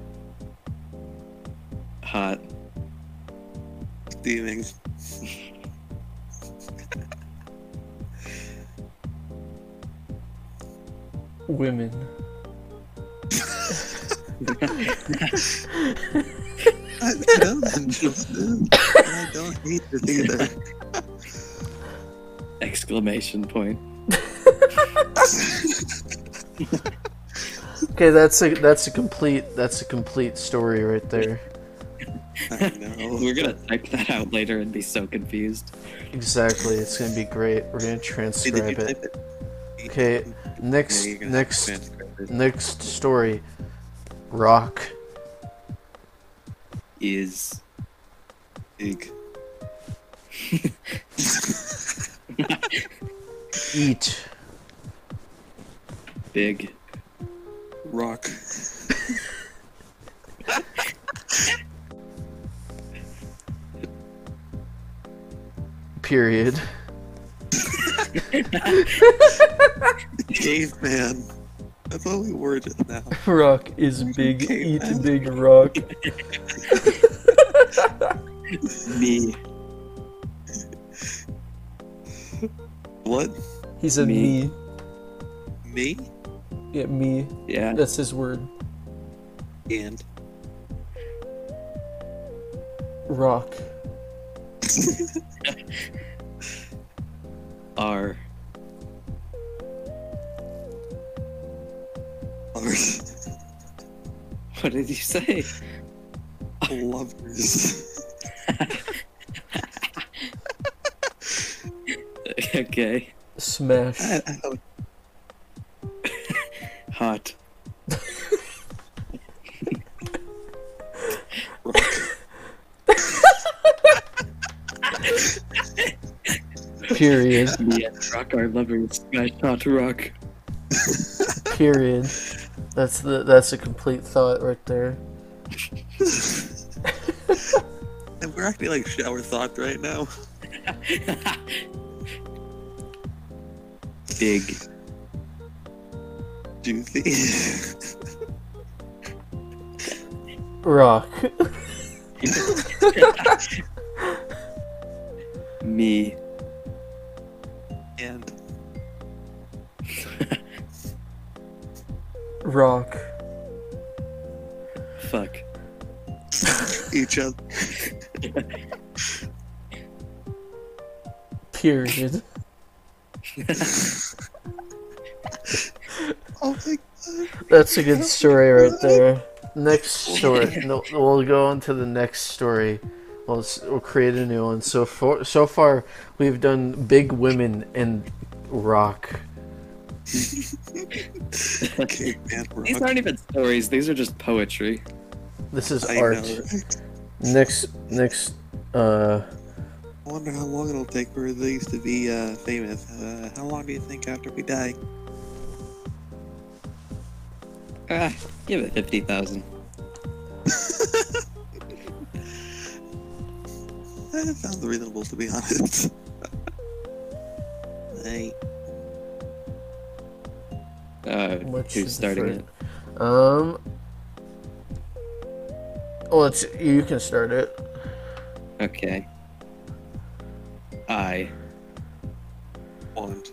C: Hot.
B: dealings.
A: women.
B: I don't understand. I don't hate it either.
C: Exclamation point.
A: Okay, that's a that's a complete that's a complete story right there.
B: I know.
C: We're gonna type that out later and be so confused.
A: Exactly. It's gonna be great. We're gonna
B: Hey, did you
A: transcribe it.
B: type it?
A: Okay,
B: Yeah,
A: next
B: you're gonna
A: next
B: transcribe it.
A: next story. Rock
C: Is
B: Big.
A: eat
C: big.
B: Rock.
A: period.
B: Caveman. That's how we word it now.
A: Rock is big.
B: Okay,
A: Eat
B: man.
A: big rock.
C: Me.
B: What?
A: He said
C: Me.
A: me.
B: Me?
A: Yeah, me.
C: Yeah.
A: That's his word.
B: And
A: Rock.
C: R.
B: lovers.
C: What did you say?
B: lovers.
C: okay.
A: Smash.
B: I, I don't-
C: Hot.
A: Period.
C: Yeah, rock our lovers. Smash hot rock.
A: Period. That's the that's a complete thought right there.
B: and we're acting like shower thought right now.
C: Big.
B: Juicy.
A: Rock.
C: Me.
B: and
A: Rock.
C: Fuck.
B: each other.
A: Period.
B: Oh my god.
A: That's a good story right there. Next story. No, we'll go on to the next story. We'll, s- we'll create a new one. So for, so far, we've done big women and rock.
B: Okay, man, rock.
C: These aren't even stories, these are just poetry.
A: This is
B: I
A: art.
B: know.
A: Next next uh
B: I wonder how long it'll take for these to be uh, famous. Uh, how long do you think after we die?
C: Ah, give it 50,000.
B: Uh, That sounds reasonable, to be honest. I,
C: Uh,
A: What's the
C: who's starting
A: first-
C: it?
A: um well, it's, you can start it.
C: Okay. I.
B: want.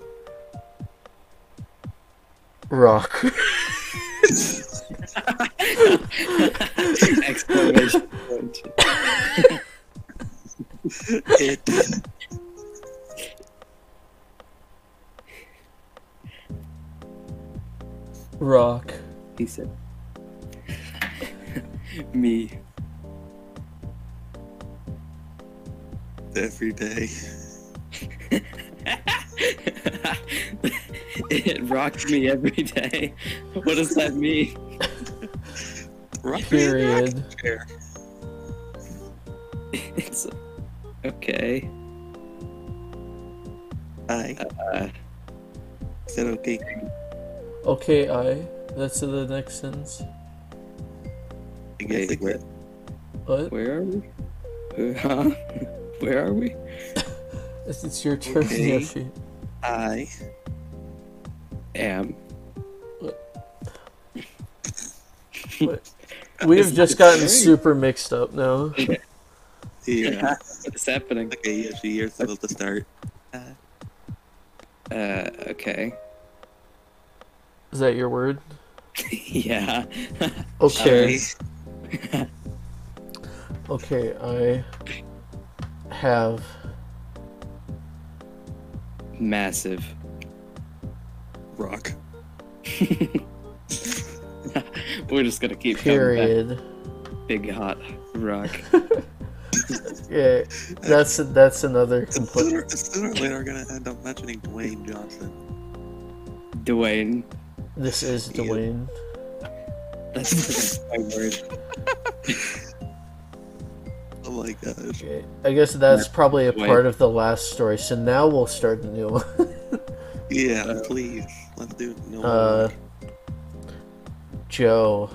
A: Rock.
C: Exclamation point.
B: It.
A: Rock.
C: He said. Me.
B: Every day.
C: it rocks me every day. What does that mean?
B: Rock me in the
A: Period.
B: rocking chair.
C: It's okay.
B: I.
C: Uh,
B: Is that okay?
A: Okay, I. That's the next sentence.
B: I guess
C: Wait,
B: I
C: where-
B: could.
A: What?
C: where are we? Uh, Huh? Where are we?
A: It's, it's your turn,
B: Okay.
A: Yoshi.
B: I.
C: Am.
A: We have
C: It's
A: just
C: the
A: gotten
C: third.
A: super mixed up now.
B: Yeah.
C: What's happening?
B: okay, yes, you're supposed to start.
C: Uh, okay.
A: Is that your word?
C: yeah.
A: Okay.
B: I.
A: Okay, I have
C: Massive.
B: Rock.
C: We're just gonna keep coming
A: period.
C: back. Big hot rock.
A: Yeah, that's that's another complaint.
B: Sooner, sooner or later, we're gonna end up mentioning Dwayne Johnson.
C: Dwayne.
A: This is Dwayne.
C: That's my word.
B: Oh my gosh.
A: Okay, I guess that's probably a
C: Dwayne.
A: part of the last story. So now we'll start a new one.
B: Yeah,
C: Uh,
B: please. Let's do no more
A: Uh,
B: rock.
A: Joe.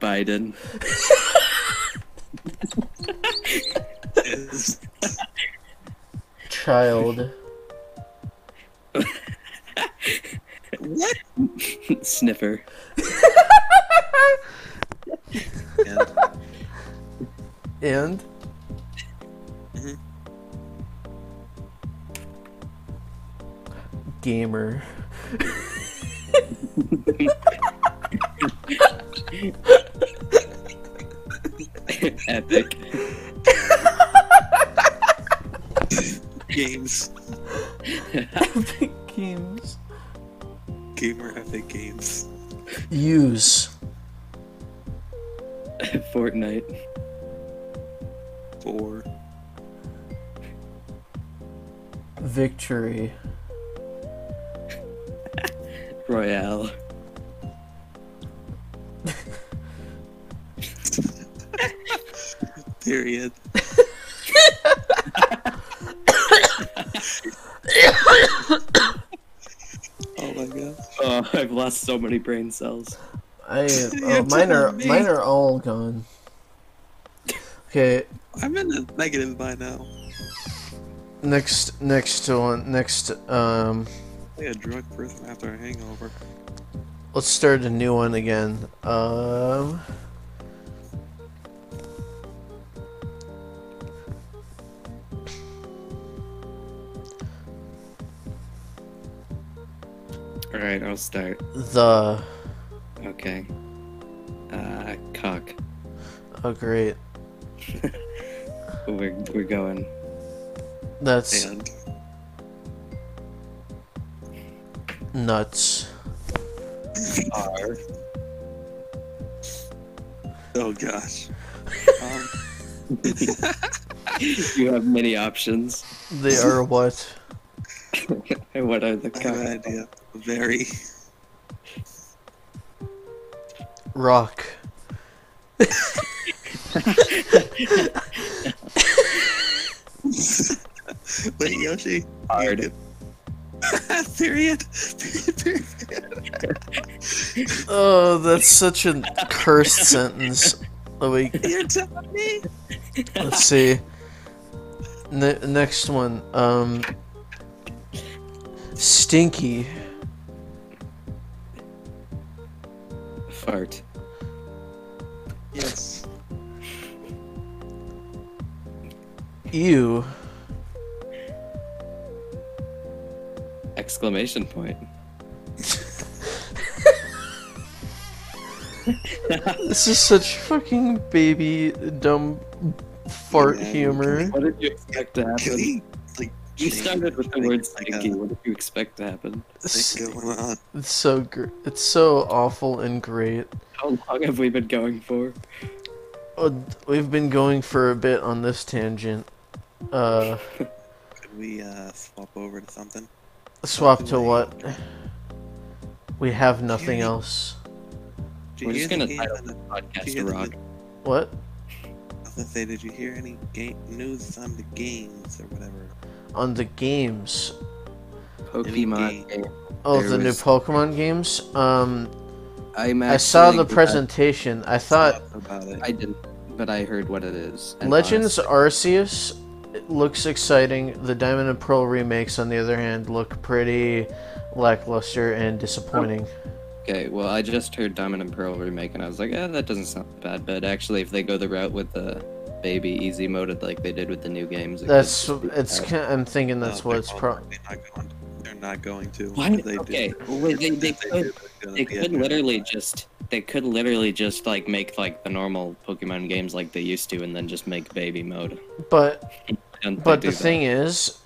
C: Biden.
B: Is-
A: Child.
B: What?
C: Sniffer.
B: And
C: Mm-hmm.
A: And? gamer.
C: Epic.
B: Games.
A: Epic Games.
B: Gamer Epic Games.
A: Use.
C: Fortnite.
B: For
A: Victory.
C: Royale.
B: period. oh my god.
C: Oh, I've lost so many brain cells.
A: I
B: You're
A: oh, mine are
B: telling me.
A: mine are all gone. Okay,
B: I'm in the negative by now.
A: next next one next um
B: Like a drunk person after a hangover.
A: let's start a new one again. Um
C: Alright, I'll start.
A: the
C: Okay. Uh, cock.
A: oh great.
C: We're, we're going.
A: That's
B: And
A: nuts.
C: R.
B: oh gosh. Um,
C: you have many options.
A: They are what?
C: And what are the
B: I have an
C: cock?
B: idea. Very.
A: Rock.
B: Wait, Yoshi.
C: Hard.
B: period. Period. Period.
A: Oh, that's such a cursed sentence. Oh wait,
B: You're telling me?
A: let's see. Ne- next one. Um Stinky.
B: Uh,
C: Fart.
B: Yes.
A: Ew.
C: Exclamation point.
A: This is such fucking baby dumb fart
B: Yeah, we
A: humor.
C: What did you expect to
B: Can
C: happen?
B: we, like,
C: You
B: change,
C: started with the
B: like,
C: word
B: like, uh, a-
C: stinky. What did you expect to happen?
A: It's,
B: like, going on?
A: it's so gr- it's so awful and great.
C: How long have we been going for?
A: Oh, d- we've been going for a bit on this tangent. Uh,
B: Could we uh, swap over to something?
A: swap to
B: Something
A: what? We have nothing
B: Judy.
A: else.
B: Did you
C: We're just
B: hear the
C: gonna
B: game
C: title
B: on the- Did you
C: Podcast
B: hear
C: rock.
B: The,
A: What?
B: I was gonna say, did you hear any game news on the games or whatever?
A: On the games.
B: E
C: Pokemon. game.
A: Oh,
C: There
A: the new
C: was-
A: Pokemon games. Um,
C: I'm
A: I saw
C: actually
A: the
C: glad
A: presentation. I thought
B: Stuff about it.
C: I didn't, but I heard what it is. and
A: Legends
C: honestly,
A: Arceus it looks exciting. The Diamond and Pearl remakes, on the other hand, look pretty lackluster and disappointing.
C: okay, well, I just heard Diamond and Pearl remake, and I was like, eh, that doesn't sound bad. But actually, if they go the route with the baby easy mode, like they did with the new games, it could
A: That's
C: just be
A: it's.
C: bad.
A: ki- I'm thinking that's
B: No,
A: what
B: they're
A: it's pro.
B: probably not going. They're not going to.
C: Why?
B: If do-
C: okay, well, wait, they,
B: if
C: they
B: do,
C: could,
B: it's gonna
C: they
B: be a
C: could
B: good-
C: literally just they could literally just like make like the normal Pokemon games like they used to, and then just make baby mode.
A: But
C: And they
A: but
C: do
A: the
C: that.
A: thing is,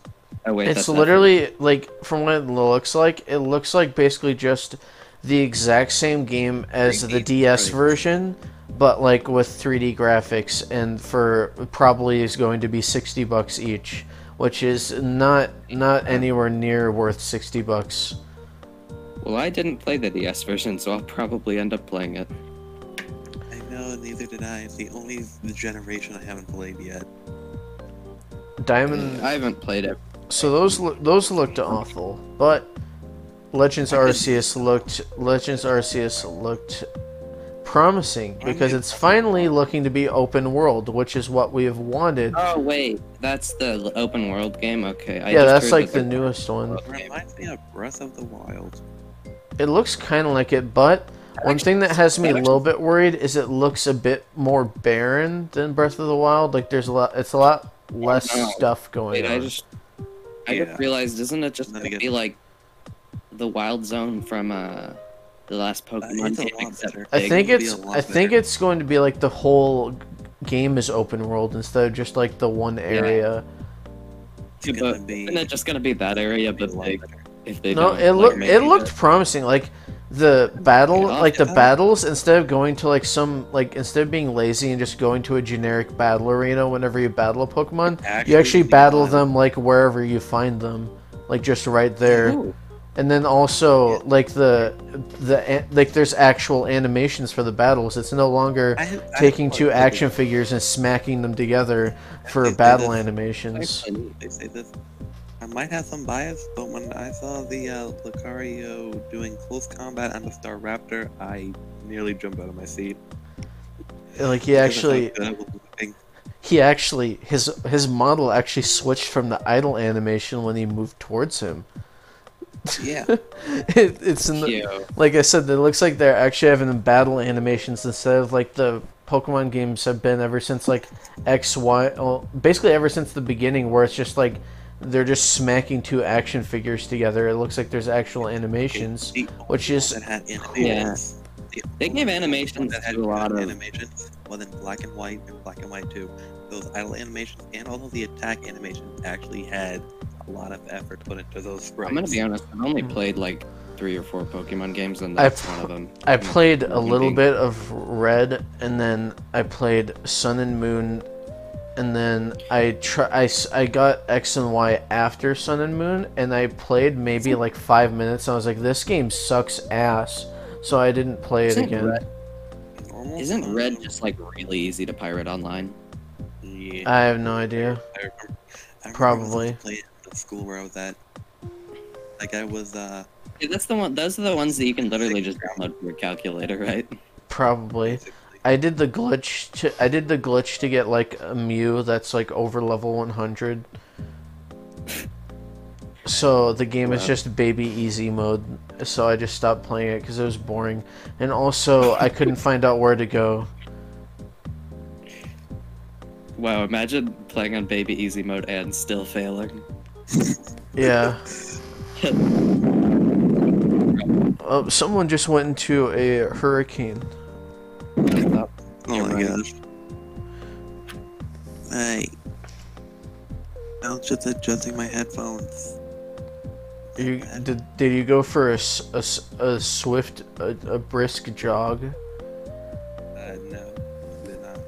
C: oh, wait,
A: it's
C: that's not-
A: literally like from what it looks like. It looks like basically just the exact same game as the
B: Maybe,
A: DS
B: right.
A: version, but like with 3D graphics, and for probably is going to be 60 bucks each, which is not not anywhere near worth 60 bucks.
C: Well, I didn't play the DS version, so I'll probably end up playing it.
B: I know. Neither did I. It's the only generation I haven't played yet.
A: Diamond.
C: I haven't played it.
A: So those loo- those looked awful, but Legends Arceus looked Legends Arceus looked promising because it's finally looking to be open world, which is what we have wanted.
C: Oh wait, that's the l- open world game. Okay, I
A: Yeah,
C: just
A: that's
C: heard
A: like
C: that
A: the
C: they're-
A: newest one.
C: Okay.
B: It reminds me of Breath of the Wild.
A: It looks kind of like it, but one thing that has me a little bit worried is it looks a bit more barren than Breath of the Wild. Like there's a lot, it's a lot less
C: no.
A: stuff going
C: Wait, I
A: on.
C: just I
B: Yeah.
C: just realized, isn't it just
B: Then
C: gonna
B: again-
C: be like the Wild Zone from uh, the last Pokemon
B: it's a
C: game.
B: lot
C: except
B: better.
A: I
C: big.
A: think
B: It'll be
A: it's
B: a lot
A: I think
B: better.
A: it's going to be like the whole game is open world instead of just like the one area.
B: It's
C: but
B: gonna be.
C: isn't it just gonna be that area,
B: gonna be
C: but
B: a lot
C: big?
B: better.
C: If they
A: No,
C: don't,
A: it
C: like,
A: looked
C: make
A: it looked promising. Like the battle,
C: Yeah.
A: like the
B: Yeah.
A: battles instead of going to like some like instead of being lazy and just going to a generic battle arena whenever you battle a Pokemon,
B: Actually,
A: you actually
B: we
A: battle
B: want-
A: them like wherever you find them, like just right there.
C: Ooh,
A: And then also
B: Yeah.
A: like the the an- like there's actual animations for the battles. It's no longer
B: I have- I have
A: taking
B: one
A: two
B: idea.
A: action figures and smacking them together for
B: They did
A: battle
B: this.
A: animations.
C: actually neat.
B: They say this. I might have some bias, but when I saw the uh, Lucario doing close combat on the Star Raptor, I nearly jumped out of my seat.
A: Like he
B: Because I thought
A: actually
B: that was the thing.
A: he actually his his model actually switched from the idle animation when he moved towards him.
B: yeah,
A: It, it's in the,
C: Cute.
A: like I said, it looks like they're actually having battle animations instead of like the Pokemon games have been ever since like X Y, well, basically ever since the beginning where it's just like they're just smacking two action figures together. It looks like there's actual animations.
B: The
A: Which
B: only
A: is
B: one that had animations. The
C: They
B: only
C: give
B: one
C: animations
B: that
C: to
B: had
C: a lot of-
B: animations was in black and white and black and white too. Those idle animations and also the attack animations actually had a lot of effort put into those sprites.
C: I'm gonna be honest. I've only played like three or four Pokemon games, and
A: I
C: that's one of them. Mm.
A: I played a
C: Monkey
A: little
C: King.
A: bit of Red, and then I played Sun and Moon, and then I try I, s- I got X and Y after Sun and Moon, and I played maybe like five minutes. And I was like, this game sucks ass, so I didn't play it
C: Isn't
A: again.
C: Red-
B: Normal
C: Isn't
B: time.
C: Red just like really easy to pirate online?
B: Yeah.
A: I have no idea.
B: I remember, I remember
A: Probably.
B: I played at the school where I was at. Like I was, uh,
C: Yeah, that's the one. Those are the ones that you can literally just download from your calculator, right?
A: Probably.
B: basically-
A: I did the glitch to I did the glitch to get like a Mew that's like over level 100. So the game is
C: Wow.
A: just baby easy mode. So I just stopped playing it because it was boring, and also I couldn't find out where to go.
C: Wow, imagine playing on baby easy mode and still failing.
A: Yeah. Oh, someone just went into a hurricane.
B: oh my
C: Red.
B: gosh. I. I was just adjusting my headphones.
A: You did? Did you go for a, s- a s- a swift a, a brisk jog?
B: Uh, no, I did not.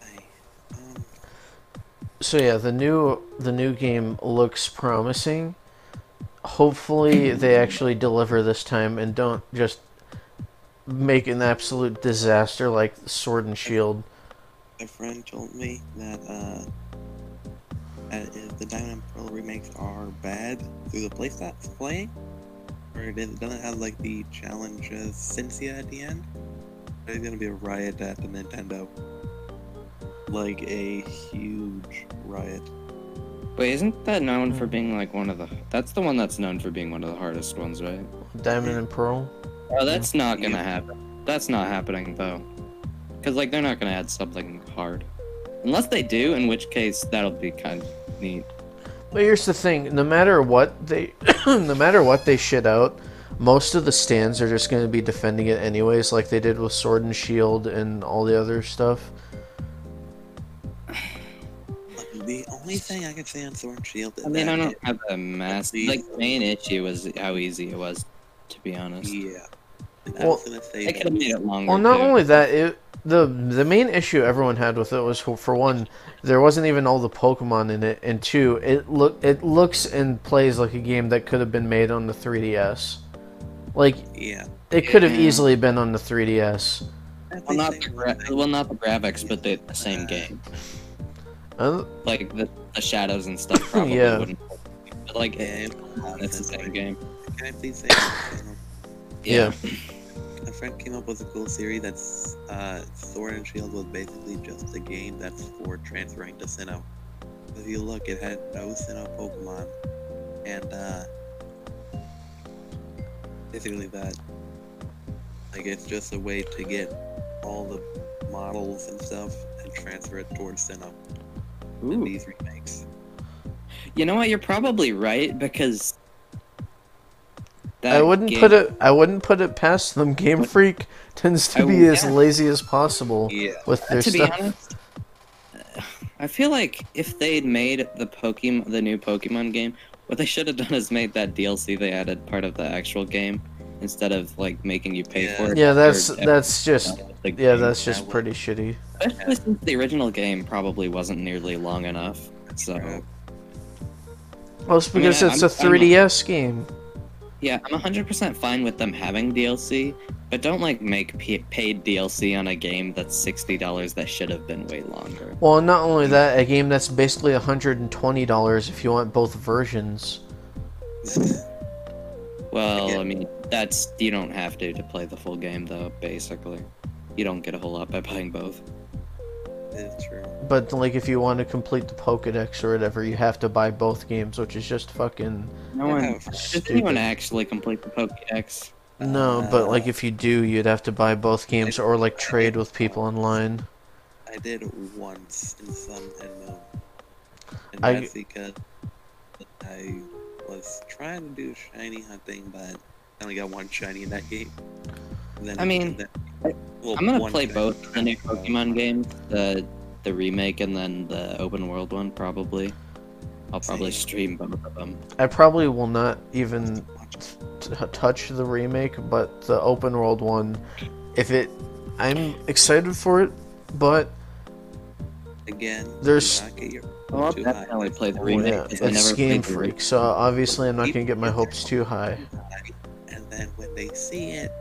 B: I, um,
A: so yeah the new the new game looks promising hopefully they actually deliver this time and don't just make an absolute disaster like sword and shield
B: my friend told me that uh, that if the Diamond and Pearl remakes are bad through the place that's playing, or it is- doesn't have like the challenges Cynthia at the end, there's gonna be a riot at the Nintendo. Like a huge riot.
C: Wait, isn't that known for being like one of the? That's the one that's known for being one of the hardest ones, right?
A: diamond and pearl
C: Oh, that's not gonna happen. That's not happening though, because like they're not gonna add something hard, unless they do. In which case, that'll be kind of neat.
A: but here's the thing no matter what they no matter what they shit out most of the stands are just going to be defending it anyways like they did with sword and shield and all the other stuff
B: Like, the only thing I can say on Sword and Shield is
C: I mean,
B: that
C: I don't
B: it-
C: have a mass.
B: least-
C: Like the main issue was how easy it was, to be honest.
B: yeah. And I
A: Well,
B: was gonna say
C: They could
B: that
C: have made it longer.
A: Well, not
C: too.
A: only that, it, the the main issue everyone had with it was for for one, there wasn't even all the Pokemon in it, and two, it look it looks and plays like a game that could have been made on the 3DS. Like
B: yeah.
A: it could have
C: Yeah.
A: easily been on the 3DS.
C: Well, not the gra- well, not the graphics, but the, the same game.
A: Uh,
C: Like the, the shadows and stuff probably
A: Yeah.
C: wouldn't. But like,
B: Yeah,
C: it's the same game.
B: Can I please say one thing?
A: Yeah.
B: A friend came up with a cool theory that's uh, Sword and Shield was basically just a game that's for transferring to Sinnoh. If you look, it had no Sinnoh Pokemon, and uh, basically that. Like it's just a way to get all the models and stuff and transfer it towards Sinnoh. in
C: Ooh.
B: these remakes.
C: You know what? You're probably right because.
A: I wouldn't put it. I wouldn't put it past them. Game Freak tends to
C: I
A: be
C: will-
A: as
C: yeah.
A: lazy as possible
B: Yeah.
A: with their
C: to be
A: stuff.
C: honest, uh, I feel like if they'd made the Pokemon, the new Pokemon game, what they should have done is made that DLC they added part of the actual game instead of like making you pay for it.
A: yeah,
C: after
A: that's
C: every-
A: that's just
C: like,
A: yeah,
C: game.
A: that's just
B: would-
A: pretty shitty.
C: Especially since the original game probably wasn't nearly long enough. So
A: Well, it's
C: I mean,
A: because
C: I-
A: it's
C: I'm-
A: a
C: I'm not-
A: 3DS game.
C: yeah, I'm 100% fine with them having DLC, but don't like make p- paid DLC on a game that's sixty dollars that should have been way longer.
A: Well, not only that, a game that's basically hundred and twenty dollars if you want both versions.
C: Well,
B: Again.
C: I mean, that's you don't have to to play the full game though. Basically, you don't get a whole lot by buying both.
B: It's true.
A: But like, if you want to complete the Pokedex or whatever, you have to buy both games, which is just fucking
C: No
B: Yeah,
C: one.
B: for
C: Does anyone
A: stupid.
C: actually complete the Pokédex?
A: no. But like, if you do, you'd have to buy both games or like trade with people online.
B: I did once in Sun and Moon. And
A: I-
B: that's because I was trying to do shiny hunting, but I only got one shiny in that game. And Then,
C: I mean,
B: then- well,
C: I'm gonna
B: one
C: play
B: shiny.
C: both the new Pokemon games, the the remake and then the open world one probably. I'll probably
B: Same.
C: stream both of them.
A: I probably will not even t- touch the remake, but the open world one, if it, I'm excited for it, but
B: Again,
A: There's-
B: do not get your
C: Well, I'll
B: too high.
C: definitely play the
B: Oh,
C: remake.
A: yeah,
C: because I
A: it's
C: never
A: Game
C: played the
A: Freak, so obviously I'm not gonna get my hopes too high.
B: and then when they see it,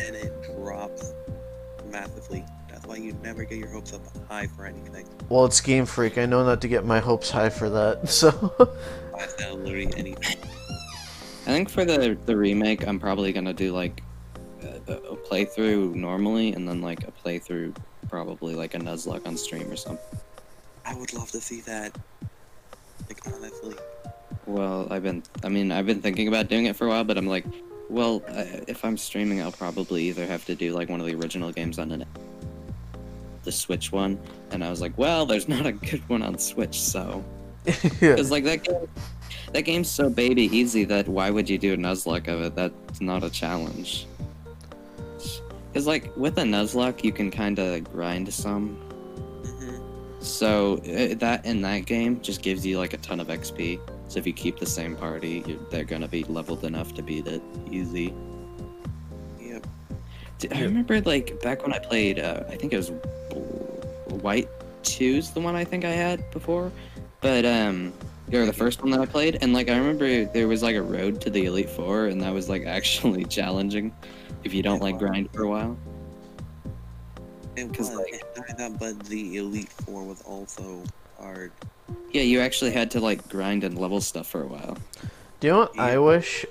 B: and it drops massively. That's why you never get your hopes up high for anything.
A: Well, it's Game Freak. I know not to get my hopes high for that. So
B: I found literally anything.
C: I think for the the remake, I'm probably gonna do like a, a playthrough normally, and then like a playthrough probably like a Nuzlocke on stream or something.
B: I would love to see that. Like honestly,
C: Well, I've been, I mean, I've been thinking about doing it for a while, but I'm like, well, I, if I'm streaming, I'll probably either have to do like one of the original games on an the Switch one, and I was like, well, there's not a good one on Switch, so
A: yeah,
C: because like that game, that game's so baby easy that why would you do a nuzlocke of it? That's not a challenge. Because like with a nuzlocke, you can kind of grind some.
B: Mhm.
C: So uh, that in that game just gives you like a ton of XP. So if you keep the same party, you're, they're gonna be leveled enough to beat it easy.
B: Yep.
C: D- I remember like back when I played, uh, I think it was Bl- White Two's the one I think I had before, but um, or the first one that I played, and like I remember there was like a road to the Elite Four, and that was like actually challenging if you don't like grind for a while.
B: It
C: 'Cause,
B: was,
C: like-
B: and I thought, but the Elite Four was also hard.
C: Yeah, you actually had to like grind and level stuff for a while.
A: do you know what I wish?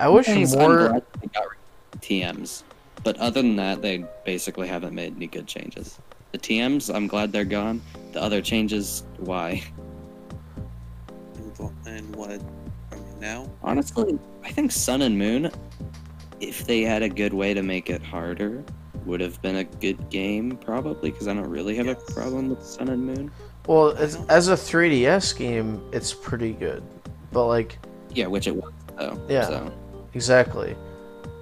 A: I wish
C: Things I'm
A: more.
C: glad they got rid of TMs, but other than that, they basically haven't made any good changes. The TMs, I'm glad they're gone. The other changes, why?
B: And wha- And what? I mean, now
C: Honestly, I think Sun and Moon, if they had a good way to make it harder, would have been a good game probably because I don't really have
B: Yes.
C: a problem with Sun and Moon.
A: Well, as, as a 3DS game, it's pretty good, but like
C: Yeah, which it was though.
A: Yeah.
C: So.
A: exactly.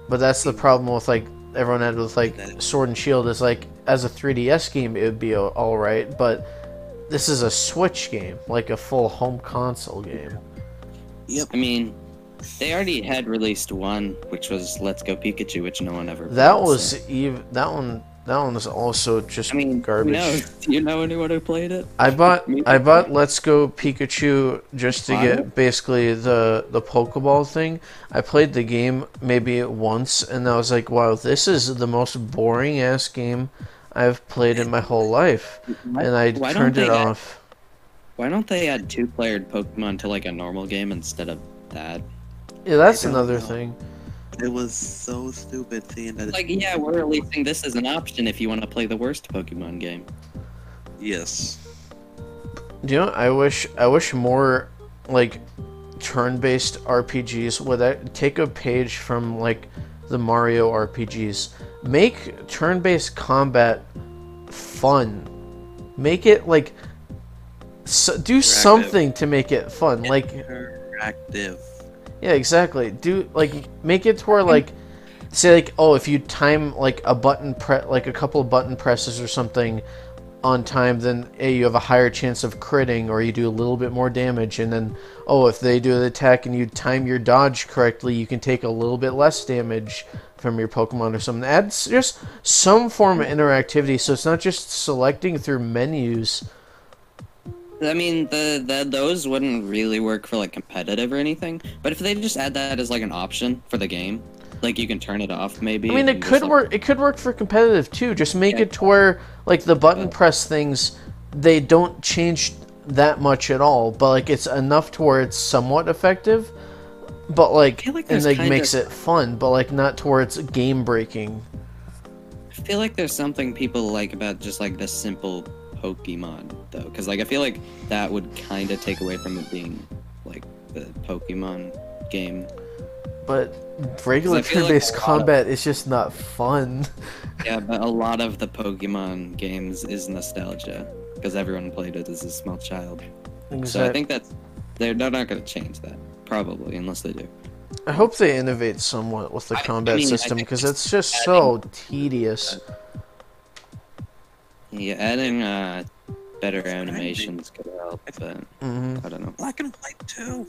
A: But that's the problem with like everyone had with like Sword and Shield is like as a 3DS game it would be all right, but this is a Switch game, like a full home console game.
C: Yep. I mean, they already had released one, which was Let's Go Pikachu, which no one ever.
A: That
C: played, so-
A: was even that one. That one was also just
C: I mean,
A: garbage.
C: Who knows? Do you know anyone who played it?
A: I bought
C: Me
A: I
C: too.
A: bought Let's Go Pikachu just to
C: Bought
A: get
C: it?
A: basically the the Pokeball thing. I played the game maybe once and I was like, wow, this is the most boring ass game I've played in my whole life. And I
C: Why don't
A: turned
C: they
A: it
C: add-
A: off.
C: Why don't they add two-playered Pokemon to like a normal game instead of that?
A: Yeah, that's
B: don't
A: another
B: know.
A: thing.
B: it was so stupid seeing that.
C: Like, yeah, we're releasing this as an option if you want to play the worst Pokemon game.
B: yes.
A: Do you know what I wish I wish more like turn-based RPGs would I, take a page from like the Mario RPGs. Make turn-based combat fun. Make it like So, do something to make it fun. Like,
B: Interactive.
A: yeah, exactly. Do like make it to where like say like oh if you time like a button pre like a couple of button presses or something on time then a you have a higher chance of critting or you do a little bit more damage and then oh if they do the attack and you time your dodge correctly you can take a little bit less damage from your pokemon or something add s- just some form of interactivity so it's not just selecting through menus
C: I mean, the, the those wouldn't really work for like competitive or anything. But if they just add that as like an option for the game, like you can turn it off maybe.
A: I mean, it
C: and just,
A: could
C: like-
A: work. It could work for competitive too. Just make
C: Yeah.
A: it to where like the button press things, they don't change that much at all. But like it's enough to where it's somewhat effective. But like,
C: feel like
A: and
C: there's
A: like
C: kind
A: makes
C: of-
A: it fun. But like not to where it's game breaking.
C: I feel like there's something people like about just like the simple Pokemon though, because like I feel like that would kind of take away from it being like the Pokemon game.
A: But regular
C: feel like a
A: turn-based
C: lot of-
A: combat is just not fun.
C: Yeah, but a lot of the Pokemon games is nostalgia because everyone played it as a small child. So I
A: Exactly.
C: think that's they're, they're not going to change that probably unless they do.
A: I hope they innovate somewhat with the
C: I- I
A: combat
C: mean, I
A: system
C: think
A: because
C: just
A: it's just so tedious.
C: Yeah, adding uh, better
B: It's trendy.
C: animations could help, but
A: hmm
C: I don't know.
B: Black and White too.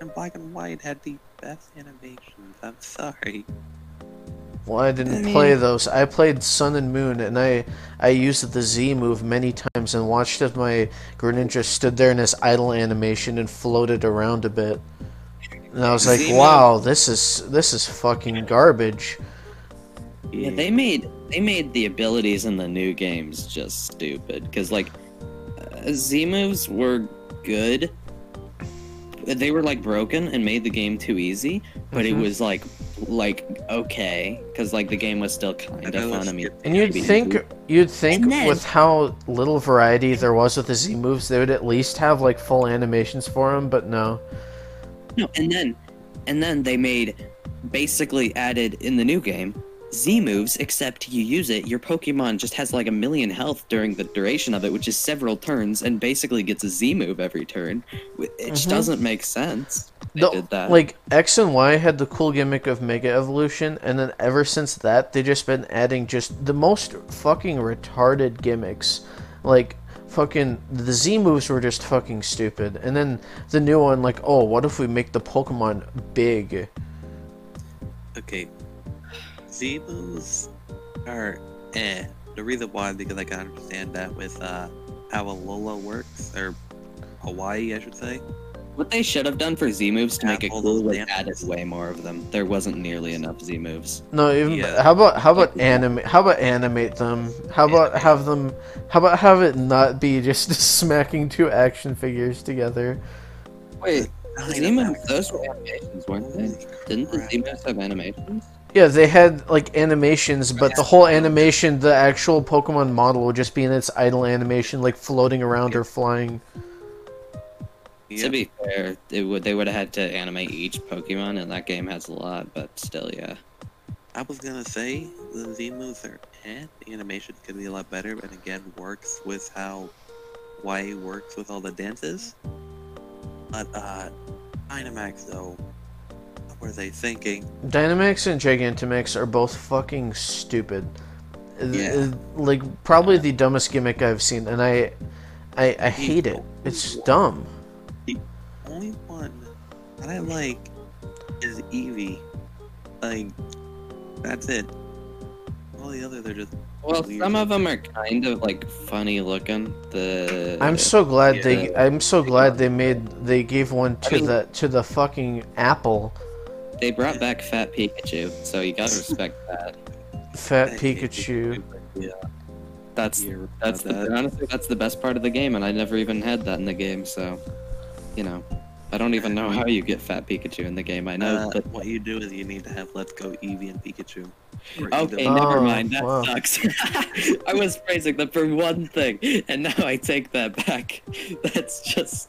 B: And Black and White had the best animations. I'm sorry.
A: Well, I
C: I
A: didn't
C: mean-
A: play those. I played Sun and Moon, and I I used the Z move many times and watched as my Greninja stood there in his idle animation and floated around a bit. And I was like,
C: Z move-
A: "Wow, this is this is fucking garbage."
C: Yeah, they made they made the abilities in the new games just stupid because like uh, Z moves were good. They were like broken and made the game too easy, but
A: Mhm.
C: it was like like okay because like the game was still kind of fun. I mean,
A: And you'd
C: maybe
A: think you'd think
C: And then-
A: with how little variety there was with the Z moves, they would at least have like full animations for them, but no.
C: No, and then and then they made basically added in the new game Z moves, except you use it, your Pokemon just has like a million health during the duration of it, which is several turns, and basically gets a Z move every turn. Wh- It just
A: Mhm.
C: doesn't make sense. They
A: No,
C: did that.
A: Like X and Y had the cool gimmick of Mega Evolution, and then ever since that, they just been adding just the most fucking retarded gimmicks. Like fucking the Z moves were just fucking stupid, and then the new one, like oh, what if we make the Pokemon big?
B: Okay. Zebus are eh. The reason why because I can understand that with uh how Alola works or Hawaii I should say.
C: what they should have done for Z moves to
B: Yeah,
C: make it
B: all
C: cool
B: those
C: was
B: damn-
C: added way more of them. There wasn't nearly enough Z moves.
A: No, even
B: Yeah.
A: how about how about
C: Like-
A: animate? How about animate them? How about
B: Animate.
A: have them? How about have it not be just smacking two action figures together?
C: Wait, Z
B: Dynamax.
C: moves, those were animations, weren't they? Didn't the Z moves have animations?
A: Yeah, they had like animations, but the whole animation, the actual Pokemon model would just be in its idle animation, like floating around or flying.
C: To
B: Yeah.
C: be fair, it would they would have had to animate each Pokemon, and that game has a lot, but still, yeah.
B: I was gonna say the Z moves are eh. The animation could be a lot better, and again works with how Hawaii works with all the dances. But uh, Dynamax though, what were they thinking?
A: Dynamax and Gigantamax are both fucking stupid. Th-
B: Yeah.
A: Like probably the dumbest gimmick I've seen, and I, I, I hate it. It's dumb.
B: only one that I like is Eevee. Like, that's it. All the others are just.
C: Well,
B: weird.
C: some of them are kind of like funny looking. The
A: I'm so glad they.
C: Yeah.
A: I'm so glad they made. They gave one to
C: mean-
A: the to the fucking apple.
C: they brought back Fat Pikachu, so you gotta respect that.
B: eh,
A: Fat Pikachu.
B: Yeah,
C: That's
B: yeah,
C: that's
B: about
C: the,
B: that.
C: honestly that's the best part of the game, and I never even had that in the game. So, you know, I don't even know how you get Fat Pikachu in the game. I know.
B: Uh,
C: but-
B: what you do is you need to have Let's Go Eevee and Pikachu. Or
C: Okay,
B: either-
A: Oh,
C: never mind. That
A: wow.
C: sucks. I was praising them for one thing, and now I take that back. That's just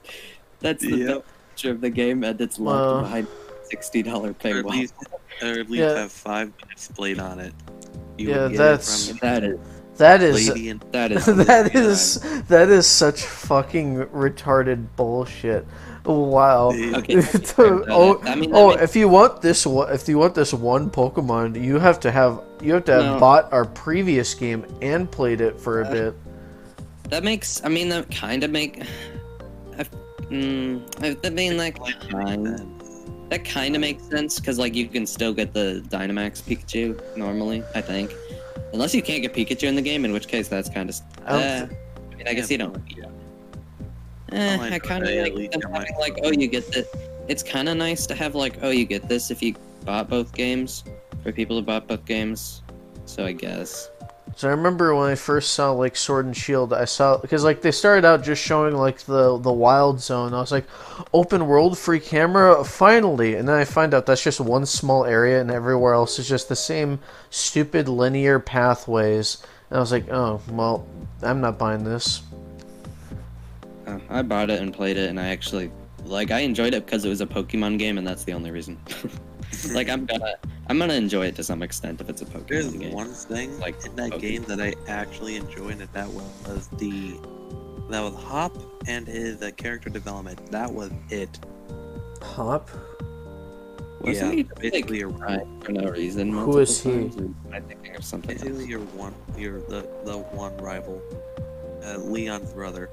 C: that's the
B: Yep.
C: best picture of the game, and it's locked
A: Wow.
C: behind sixty dollar
B: Or at
C: paywall.
B: least, or at least
A: Yeah.
B: have five minutes played on it.
A: Yeah,
B: would get it
A: that's-
B: from-
C: That is
A: That is
B: lady in
C: That is
A: that is that is such fucking retarded bullshit. Wow.
C: Okay.
A: It's
C: fair,
A: a-
C: though.
A: oh,
C: That- I mean, that
A: oh!
C: makes-
A: If you want this one, if you want this one Pokemon, you have to have you have to have
C: No. Uh,
A: bought our previous game and played it for a bit.
C: That makes. I mean, that kind of make. I, mm, I, I mean, like kind- that kind of makes sense because like you can still get the Dynamax Pikachu normally. I think, unless you can't get Pikachu in the game, in which case that's kind of.
A: I don't
C: Uh, I mean, I guess you don't. Eh,
B: Oh, I
C: I,
B: know,
C: kind of
B: they at
C: like
B: least
C: them
B: have, like,
C: having like, oh, you get the. It's kind of nice to have like, oh, you get this if you bought both games, for people who bought both games. So I guess.
A: So I remember when I first saw like Sword and Shield, I saw because like they started out just showing like the the wild zone. I was like, open world, free camera, finally! And then I find out that's just one small area, and everywhere else is just the same stupid linear pathways. And I was like, oh well, I'm not buying this.
C: Uh, I bought it and played it, and I actually like I enjoyed it because it was a Pokemon game, and that's the only reason. like I'm gonna I'm gonna enjoy it to some extent if it's a Pokemon
B: There's
C: game.
B: one thing
C: Like,
B: like in that
C: okay.
B: game that I actually enjoyed, and that was the that was Hop and his uh, character development. That was it.
A: Hop.
C: Wasn't
B: yeah,
C: he
B: basically your
C: like, right for no reason?
A: Who
C: multiple
A: is he?
C: times, or am I thinking of something.
B: basically
C: Else?
B: your one your the the one rival, uh, Leon's brother.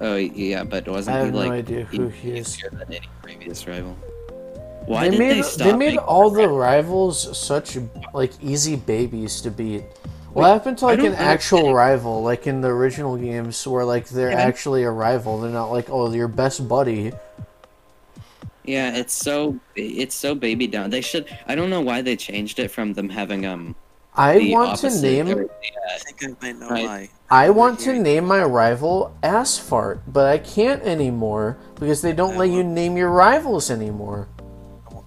C: Oh yeah, but wasn't
A: I have
C: he
A: no
C: like
A: idea who he is.
C: easier than any previous rival? Why
A: they
C: did
A: made
C: they stop?
A: made
C: making
A: all the
C: rivals?
A: rivals such like easy babies to beat. What
C: Wait,
A: happened to like
C: don't
A: an
C: understand.
A: actual rival, like in the original games, where like they're
C: Yeah.
A: actually a rival? They're not like oh your best buddy.
C: Yeah, it's so it's so baby down. They should. I don't know why they changed it from them having um.
A: I
C: the
A: want to
C: opposite-
A: name
C: or-
B: I think I might know
C: Right.
B: why.
A: I want to
B: Yeah.
A: name my rival Asfart, but I can't anymore because they don't
B: I
A: let
C: Oh.
A: you
B: want-
A: name your rivals anymore.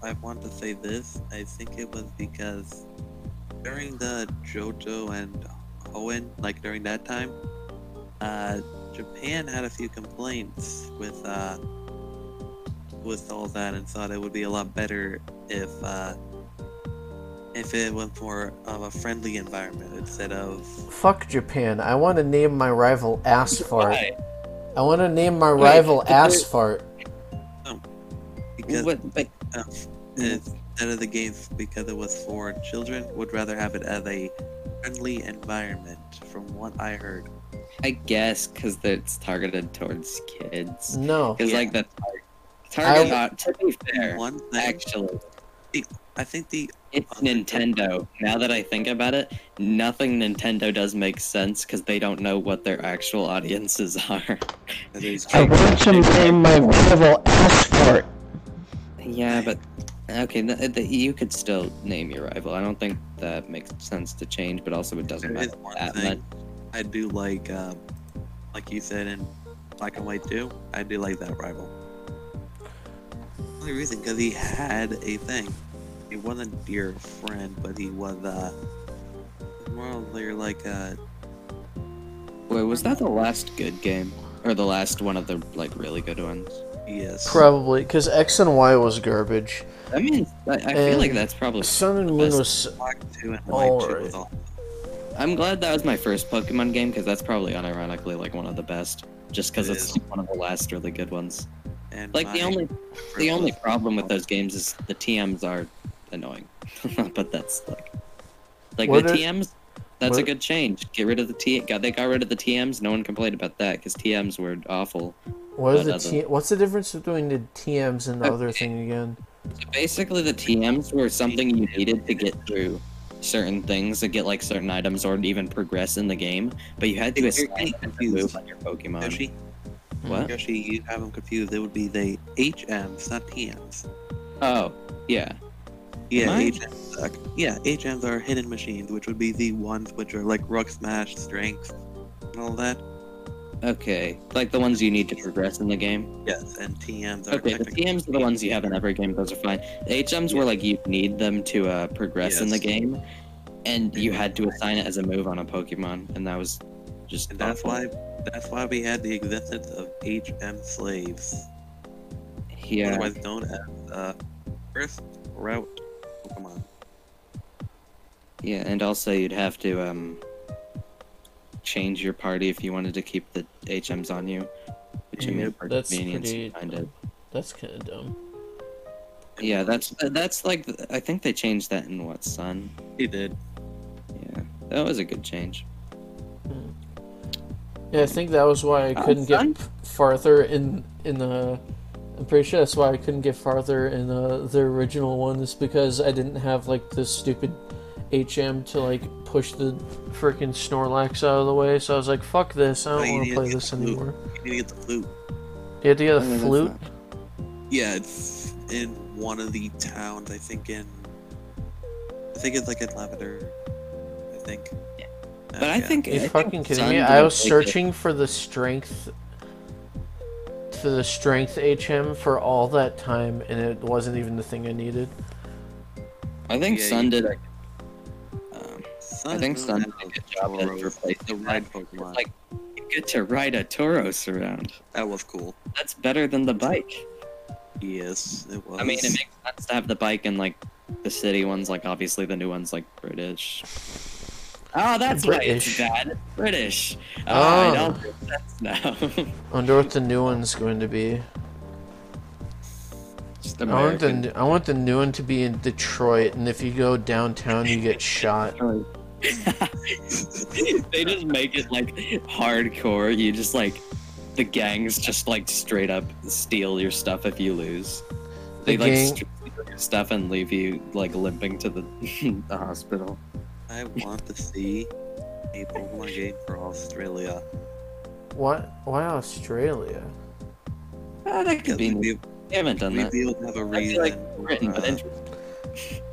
B: I want to say this. I think it was because during the JoJo and Owen, like during that time, uh, Japan had a few complaints with uh, with all that and thought it would be a lot better if uh, if it was more of a friendly environment instead of
A: Fuck Japan. I want to name my rival Asfart.
C: Why?
A: I want to name my
C: Wait,
A: rival
C: but they're-
A: Asfart.
B: because
C: What, but
B: instead of the game because it was for children would rather have it as a friendly environment from what I heard.
C: I guess because it's targeted towards kids.
A: No.
C: Because
B: Yeah.
C: like the target.
A: Mm, I-
C: au- to be fair,
B: One thing,
C: actually,
B: I think the
C: it's Nintendo. Now that I think about it, nothing Nintendo does make sense because they don't know what their actual audiences are.
B: that is
E: I want to name my rival Asphalt.
C: yeah, but okay, th- th- you could still name your rival. I don't think that makes sense to change, but also it doesn't
B: There is
C: matter
B: one
C: that much.
B: thing I do like, um, like you said in Black and White 2, I do like that rival. Only reason, because he had a thing. He wasn't your friend, but he was, uh, more of your, like, uh,
C: Wait, was that the last good game or the last one of the like really good ones?
B: yes.
A: Probably, because X and Y was garbage.
C: I mean, I, I feel
A: And
C: like Hmm. that's probably.
A: Sun and Moon
C: Best.
A: was.
B: Black 2 and White 2 was
A: Alright.
B: all.
C: I'm glad that was my first Pokemon game because that's probably unironically like one of the best, just because
B: It
C: it's
B: is.
C: one of the last really good ones.
B: And
C: Like the
B: my
C: only
B: favorite
C: the only
B: was-
C: problem with those games is the TMs are annoying, but that's like like
A: What
C: the
A: are-
C: TMs. That's a
A: what-
C: good change. Get rid of the T. God, they got rid of the TMs. No one complained about that because TMs were awful.
A: What are
C: But
A: the
C: other-
A: T- What's the difference between the TMs and the
C: Okay.
A: other thing again?
C: So basically, the TMs were something you needed to get through certain things to get like certain items or even progress in the game, but you had to
B: You're
C: assign
B: getting
C: them to
B: confused.
C: move on your Pokemon.
B: Yoshi,
C: What?
B: Yoshi, you have them confused. It would be the HMs, not TMs.
C: Oh, yeah.
B: Yeah,
C: Am I?
B: HMs suck. Yeah, HMs are hidden machines, which would be the ones which are like Rook Smash, Strength, and all that.
C: Okay. Like the ones you need to progress in the game.
B: Yes, and TMs are
C: Okay, the
B: technically-
C: TMs are the ones you have in every game. Those are fine. The HMs were like you need them to uh, progress in the
B: Yes.
C: game, and you had to assign it as a move on a Pokemon, and that was just.
B: And that's
C: awful.
B: why that's why we had the existence of HM slaves,
C: Yeah.
B: otherwise known as uh, first route Pokemon.
C: Yeah, and also you'd have to um change your party if you wanted to keep the HMs on you. Which you made for
A: That's
C: convenience,
A: pretty-
C: you kind of.
A: That's kind of dumb.
C: Yeah, that's that's like I think they changed that in what Sun.
B: He did.
C: Yeah, that was a good change.
A: Yeah, I think that was why I
C: Uh,
A: couldn't
C: Sun?
A: get p- farther in in the. I'm pretty sure that's why I couldn't get farther in uh, the original one is because I didn't have like this stupid HM to like push the freaking Snorlax out of the way. So I was like, "Fuck this! I
B: Oh,
A: don't
B: you
A: want
B: need
A: to
B: to
A: play
B: get
A: this
B: the loot.
A: anymore."
B: You need to get the flute.
A: You had to get a
C: I mean, that's
A: flute.
C: not-
B: Yeah, it's in one of the towns. I think in. I think it's like in Lavender. I think. Uh, Yeah.
C: But I think
A: you
C: I think
A: fucking kidding
C: Sun
A: me?
C: did
A: I was
C: like it.
A: searching for the strength for the strength HM for all that time and it wasn't even the thing I needed.
C: I think
B: Yeah,
C: Sun
B: you-
C: did. a- Um, I think Sun did a good job at replacing
B: the
C: that.
B: ride Pokemon.
C: Like, you get to ride a Tauros around.
B: that was cool.
C: That's better than the bike.
B: Yes, it was.
C: I mean, it makes sense to have the bike and like the city ones. Like obviously the new ones like British. Oh, that's
A: British.
C: why it's bad. British. Oh,
A: Oh.
C: it all makes sense now.
A: I wonder what the new one's going to be.
C: Just
A: I want the
C: American.
A: n- I want the new one to be in Detroit and if you go downtown you get shot.
C: they just make it like hardcore. You just like the gangs just like straight up steal your stuff if you lose. They
A: The
C: like
A: gang-
C: st- steal your stuff and leave you like limping to the, the hospital.
B: I want to see a Pokemon game for Australia.
A: What? Why Australia?
C: Oh, that
B: Because
C: could be.
B: we'd,
C: New.
B: be,
C: They haven't done
B: we'd
C: that.
B: be able to have a
C: I
B: reason.
C: feel like
B: for,
C: Britain, but
B: uh,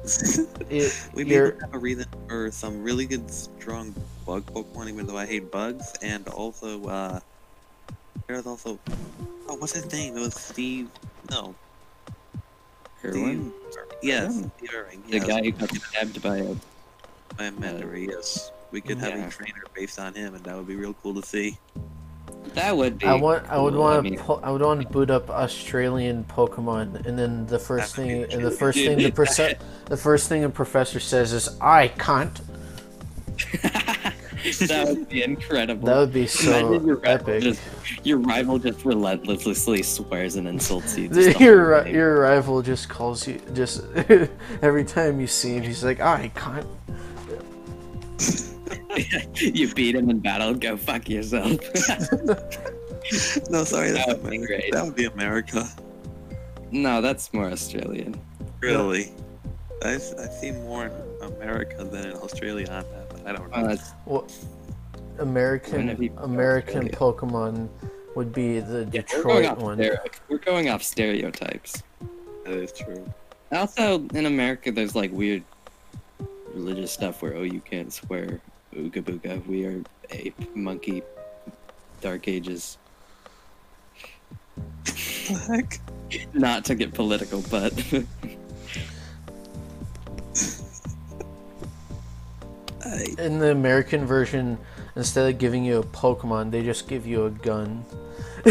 C: interesting.
A: It,
B: we'd be able
A: you're,
B: to have a reason for some really good, strong bug Pokemon, even though I hate bugs. And also, uh, there was also. Oh, what's his name? It was Steve. No.
C: Irwin?
B: Yes,
C: Irwin?
B: Steve Irwing.
C: The
B: yes,
C: guy who got stabbed by a.
B: My memory, yes. We could have
C: Yeah.
B: a trainer based on him, and that would be real cool to see.
C: That would be.
A: I want. I would
C: cool,
A: want
C: mean,
A: to. Po- I would want to boot up Australian Pokemon, and then the first
B: That would
A: thing,
B: be
A: and the
B: true.
A: first thing the profe- the first thing the professor says is, "I can't."
C: that would be incredible.
A: That would be
C: Imagine
A: so
C: your rival
A: epic.
C: Just, your rival just relentlessly swears and insults you. just the whole
A: Your ri-
C: game.
A: your rival just calls you just every time you see him. He's like, "I can't."
C: you beat him in battle. Go fuck yourself.
B: No, sorry,
C: That
B: that's
C: would be
B: America.
C: great.
B: That would be America.
C: no, that's more Australian.
B: Really? I, s- I see more in America than in Australia on that, but I don't know.
C: Oh, that's
A: What
C: Wouldn't it be
A: American American Pokemon would be the
C: yeah, we're going
A: Detroit
C: off
A: one.
C: stereo- We're going off stereotypes.
B: that is true.
C: Also, in America, there's like weird religious stuff where oh, you can't swear. Ooga booga. We are ape, monkey, dark ages. Uh,
B: Black?
C: Not to get political, but
B: I,
A: In the American version, instead of giving you a Pokemon, they just give you a gun.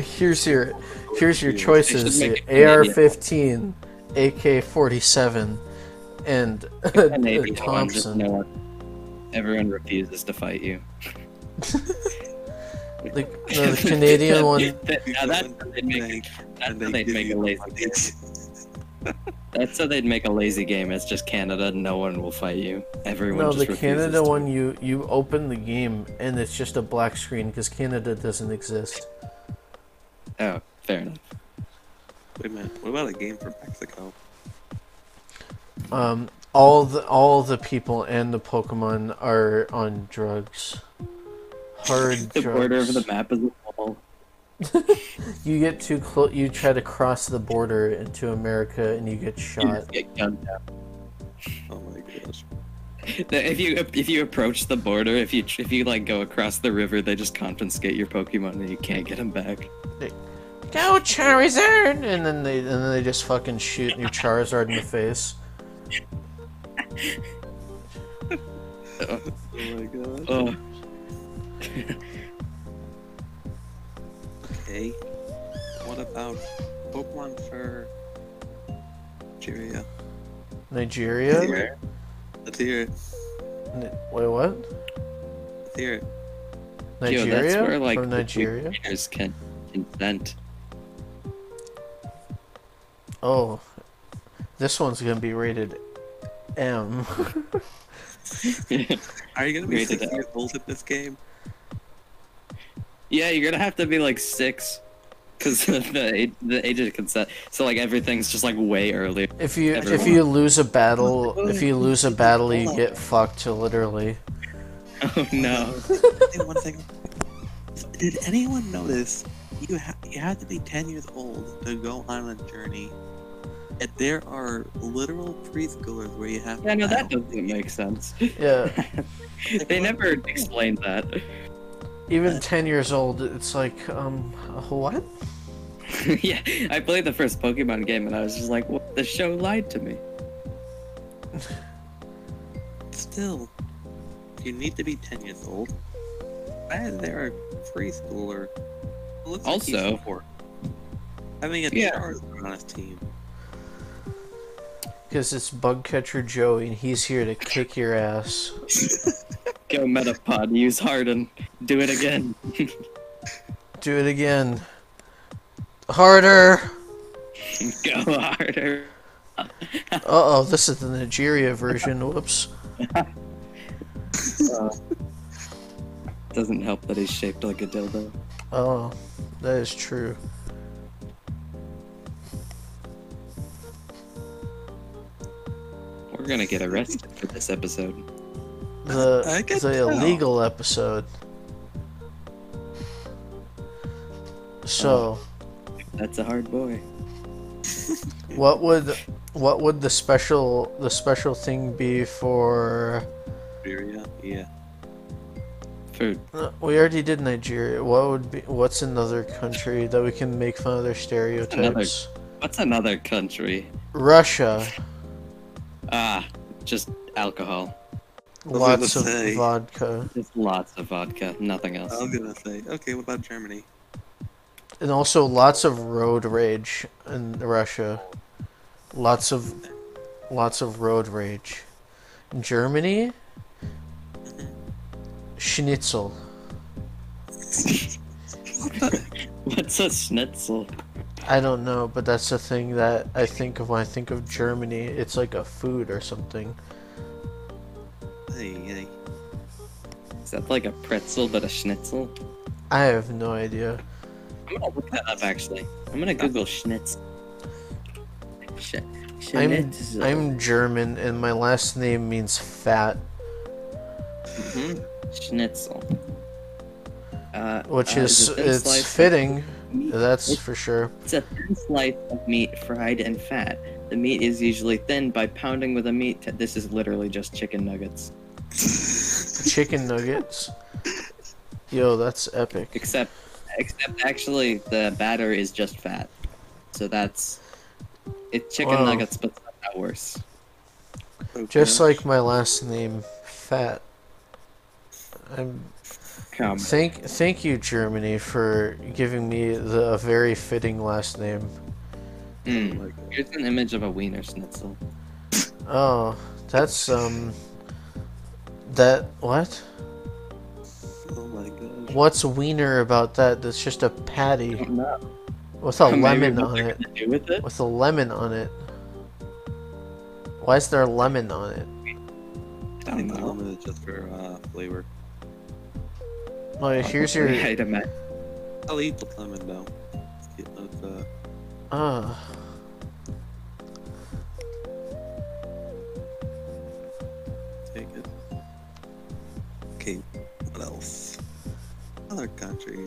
A: here's your here's your choices:
C: They should make it
A: AR-15, AK-47, and
C: and maybe
A: a
C: no one just-
A: Thompson.
C: no one- Everyone refuses to fight you.
A: The, no, the Canadian one.
C: now that's how they'd make, that's how they'd make a lazy game. That's how they'd make a lazy game. It's just Canada. No one will fight you. Everyone.
A: No,
C: just
A: the
C: refuses
A: Canada
C: to.
A: one. You you open the game and it's just a black screen because Canada doesn't exist.
C: Oh, fair enough.
B: Wait a minute. What about a game for Mexico?
A: Um, all the all the people and the Pokemon are on drugs. Hard
C: The
A: drugs.
C: border of the map is a wall.
A: You get too close. You try to cross the border into America, and you get
C: You
A: shot.
C: just get gunned down.
B: Oh my gosh.
C: If you if you approach the border, if you if you like go across the river, they just confiscate your Pokemon and you can't get them back.
A: Go Charizard! And then they and then they just fucking shoot your Charizard in the face.
B: Oh my gosh.
C: Oh,
B: Okay. What about Pokemon for Nigeria?
A: Nigeria.
B: Let's hear it.
A: N- Wait, what?
B: Here,
A: Nigeria?
C: Yo, that's where like
A: From
C: the
A: Nigeria?
C: minors can consent.
A: Oh, this one's gonna be rated M.
B: are you gonna be
C: Rated
B: six
C: L.
B: years old in this game?
C: yeah, you're gonna have to be like six, because the age, the age of consent. So like everything's just like way earlier.
A: If you if
C: Everyone.
A: you lose a battle, if you lose a battle, you get fucked literally.
C: Oh no.
B: Hey, one second. Did anyone notice you ha- you have to be 10 years old to go on a journey? And there are literal preschoolers where you have
C: Yeah, no,
B: to
C: that
B: battle.
C: doesn't make sense.
A: Yeah,
C: They never explained that.
A: even ten years old, it's like um what?
C: yeah, I played the first Pokemon game and I was just like, what? The show lied to me.
B: Still, you need to be 10 years old. Why is there a preschooler? It looks like he's
C: Also-
B: four. having a
C: Yeah.
B: Charizard on his team.
A: Because it's bug catcher Joey, and he's here to kick your ass.
C: Go Metapod, use Harden, do it again.
A: Do it again. Harder.
C: Go harder.
A: Uh oh, this is the Nigeria version. Whoops.
C: Doesn't help that he's shaped like a dildo.
A: Oh, that is true.
C: We're gonna get arrested for this episode.
B: I
A: The
B: can
A: the
B: tell.
A: illegal episode. So,
C: That's a hard boy.
A: what would what would the special the special thing be for?
B: Syria, yeah.
C: Food.
A: uh, We already did Nigeria. What would be what's another country that we can make fun of their stereotypes?
C: What's another country?
A: Russia.
C: Ah, just alcohol.
B: was gonna
A: Lots of
B: say.
A: vodka.
C: Just lots of vodka, nothing else.
B: I was gonna say, okay, what about Germany?
A: And also lots of road rage in Russia. Lots of lots of road rage. Germany Schnitzel.
C: What's a schnitzel?
A: I don't know, but that's the thing that I think of when I think of Germany. It's like a food or something.
B: Hey, hey.
C: Is that like a pretzel but a schnitzel?
A: I have no idea.
C: I'm gonna look that up actually. I'm gonna Google schnitzel. Sch-
A: I'm
C: schnitzel.
A: I'm German and my last name means fat,
C: Mm-hmm. Schnitzel. Uh,
A: which
C: uh,
A: is
C: a thin slice
A: it's
C: of
A: fitting.
C: meat-
A: That's for sure.
C: It's a thin slice of meat fried in fat. The meat is usually thinned by pounding with a meat. T- this is literally just chicken nuggets,
A: Chicken nuggets. Yo, that's epic.
C: except, except actually the batter is just fat. So that's it's chicken
A: Wow.
C: nuggets, but somehow worse.
A: Just like my last name, Fat. I'm
C: Come.
A: thank thank you Germany for giving me the a very fitting last name.
C: Mm. Here's an image of a wiener schnitzel.
A: Oh, that's um that what?
B: Oh my gosh.
A: What's wiener about that? That's just a patty
C: know.
A: with a
C: Maybe
A: lemon
C: what
A: on
C: they're
A: it.
C: gonna do with it?
A: With a lemon on it. Why is there a lemon on it?
B: I think the lemon is just for uh, flavor.
A: Like here's your
C: Yeah, I'd imagine.
B: I'll eat the lemon though. It was, uh,
A: Uh.
B: Take it. Okay, what else? Other country.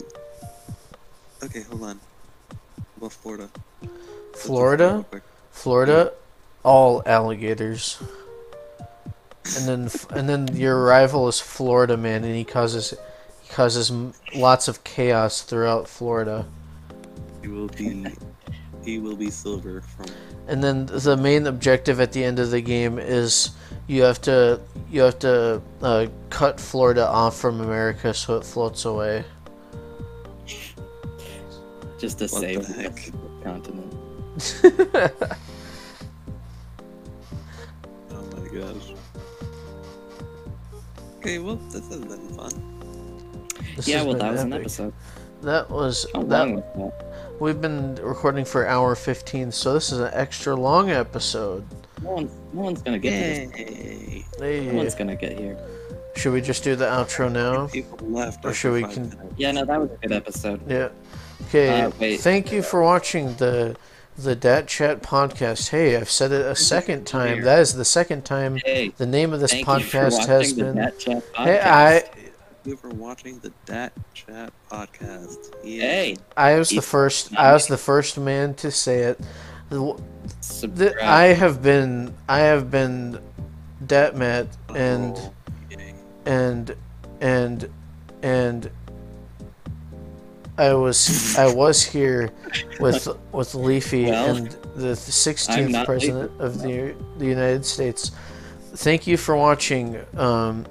B: Okay, hold on. Well, Florida. Let's do
A: Florida?
B: real quick.
A: Florida, all alligators. And then and then your rival is Florida man, and he causes he causes m- lots of chaos throughout Florida.
B: He will be. He will be silver from.
A: And then the main objective at the end of the game is you have to you have to uh, cut Florida off from America so it floats away.
C: just to
B: What
C: save
B: the
C: the rest
B: heck?
C: of the continent.
B: Oh my gosh. Okay, well, this has been fun.
A: This
C: yeah,
A: has
C: well,
A: been
C: that was an
A: epic.
C: episode. Oh,
A: That was
C: How
A: that.
C: long was that?
A: We've been recording for hour fifteen, so this is an extra long episode.
C: No one's, no one's gonna get to this.
B: Yay!
C: No
A: Hey,
C: one's gonna get here.
A: should we just do the outro now?
B: People left.
A: Or
B: after
A: should we
B: five
A: con-
B: minutes.
C: Yeah, no, that was a good episode.
A: Yeah. Okay.
C: Uh, wait.
A: Thank you for watching the the Dat Chat podcast. Hey, I've said it a second time. That is the second time
C: Hey,
A: the name of this
C: thank you
A: podcast
C: for
A: has
C: watching the
A: been.
C: Nat Chat podcast.
A: Hey, I
B: Thank you for watching the Dat Chat podcast. Yay.
C: hey,
A: I was the
C: It's
A: first.
C: not
A: I
C: me.
A: was the first man to say it. The-
C: subscribe.
A: the- I have been. I have been. Dat Matt and
B: Oh, yay.
A: and and and I was I was here with with Leafy
C: Well,
A: and the
C: I'm
A: 16th
C: not
A: president of the the United States. Thank you for watching um,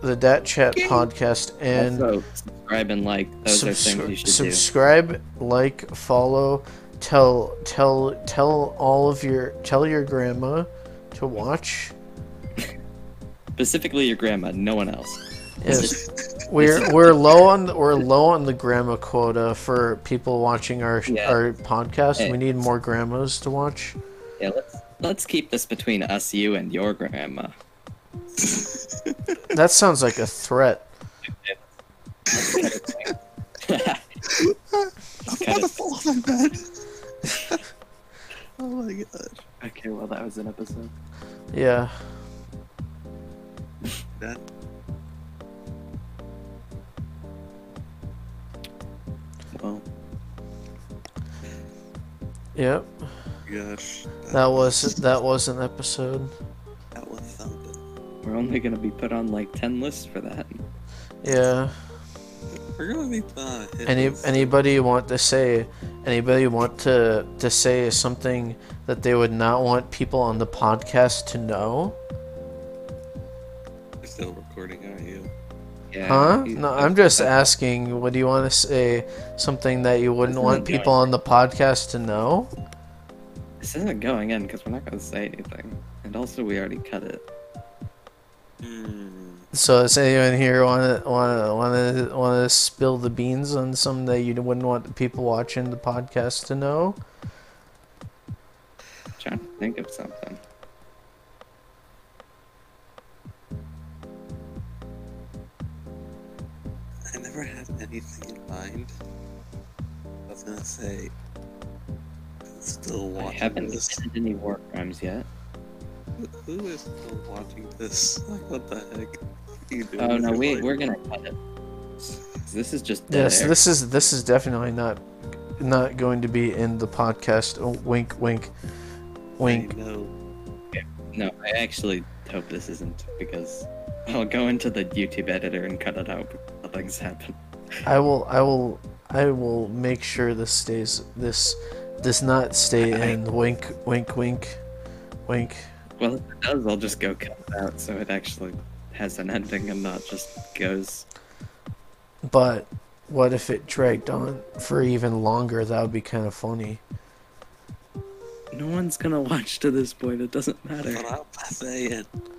A: the Dat Chat podcast and
C: also subscribe and like. Those are things you
A: subscri-
C: should
A: subscribe, like, follow, tell tell tell all of your tell your grandma to watch.
C: do. Specifically, your grandma, no one else.
A: Yes. We're we're low on the, we're low on the grandma quota for people watching our
C: Yeah.
A: our podcast.
C: Hey.
A: We need more grandmas to watch.
C: Yeah, let's let's keep this between us, you, and your grandma.
A: That sounds like a threat.
B: I'm
C: Cut
B: about to
C: it.
B: fall off my bed. oh my gosh.
C: Okay, well, that was an episode.
A: Yeah.
B: That
C: Well,
A: Yep.
B: gosh. That,
A: That was that was an episode.
B: that was something.
C: we're only gonna be put on like ten lists for that.
A: Yeah.
B: We're gonna be uh, hit
A: Any
B: those-
A: anybody want to say anybody want to to say something that they would not want people on the podcast to know?
B: You're still recording, aren't you?
C: Yeah.
A: Huh?
C: you-
A: No, I'm just
C: uh,
A: asking. What do you want to say? Something that you wouldn't
C: Isn't
A: want
C: it going?
A: people on the podcast to know?
C: This isn't going in because we're not gonna say anything, and also we already cut it.
B: Hmm.
A: So does anyone here want to want to want to want to spill the beans on something that you wouldn't want the people watching the podcast to know?
C: trying to think of something.
B: I never had anything in mind. I was gonna say. I'm Still
C: I
B: watching
C: haven't
B: this.
C: committed any war crimes yet.
B: Who is still watching this? Like, what the heck? What are you doing
C: Oh
B: with
C: no,
B: your
C: we
B: life?
C: we're gonna cut it. This is just dead
A: Yes,
C: air.
A: this is this is definitely not not going to be in the podcast. Oh, wink, wink, wink.
B: I know.
C: No, I actually hope this isn't because I'll go into the YouTube editor and cut it out. before Nothing's happened.
A: I will I will I will make sure this stays this does not stay in. Wink, wink, wink, wink.
C: Well, if it does, I'll just go cut it out so it actually has an ending and not just goes.
A: But what if it dragged on for even longer? That would be kind of funny.
C: No one's gonna watch to this point. It doesn't matter.
B: But I'll say it.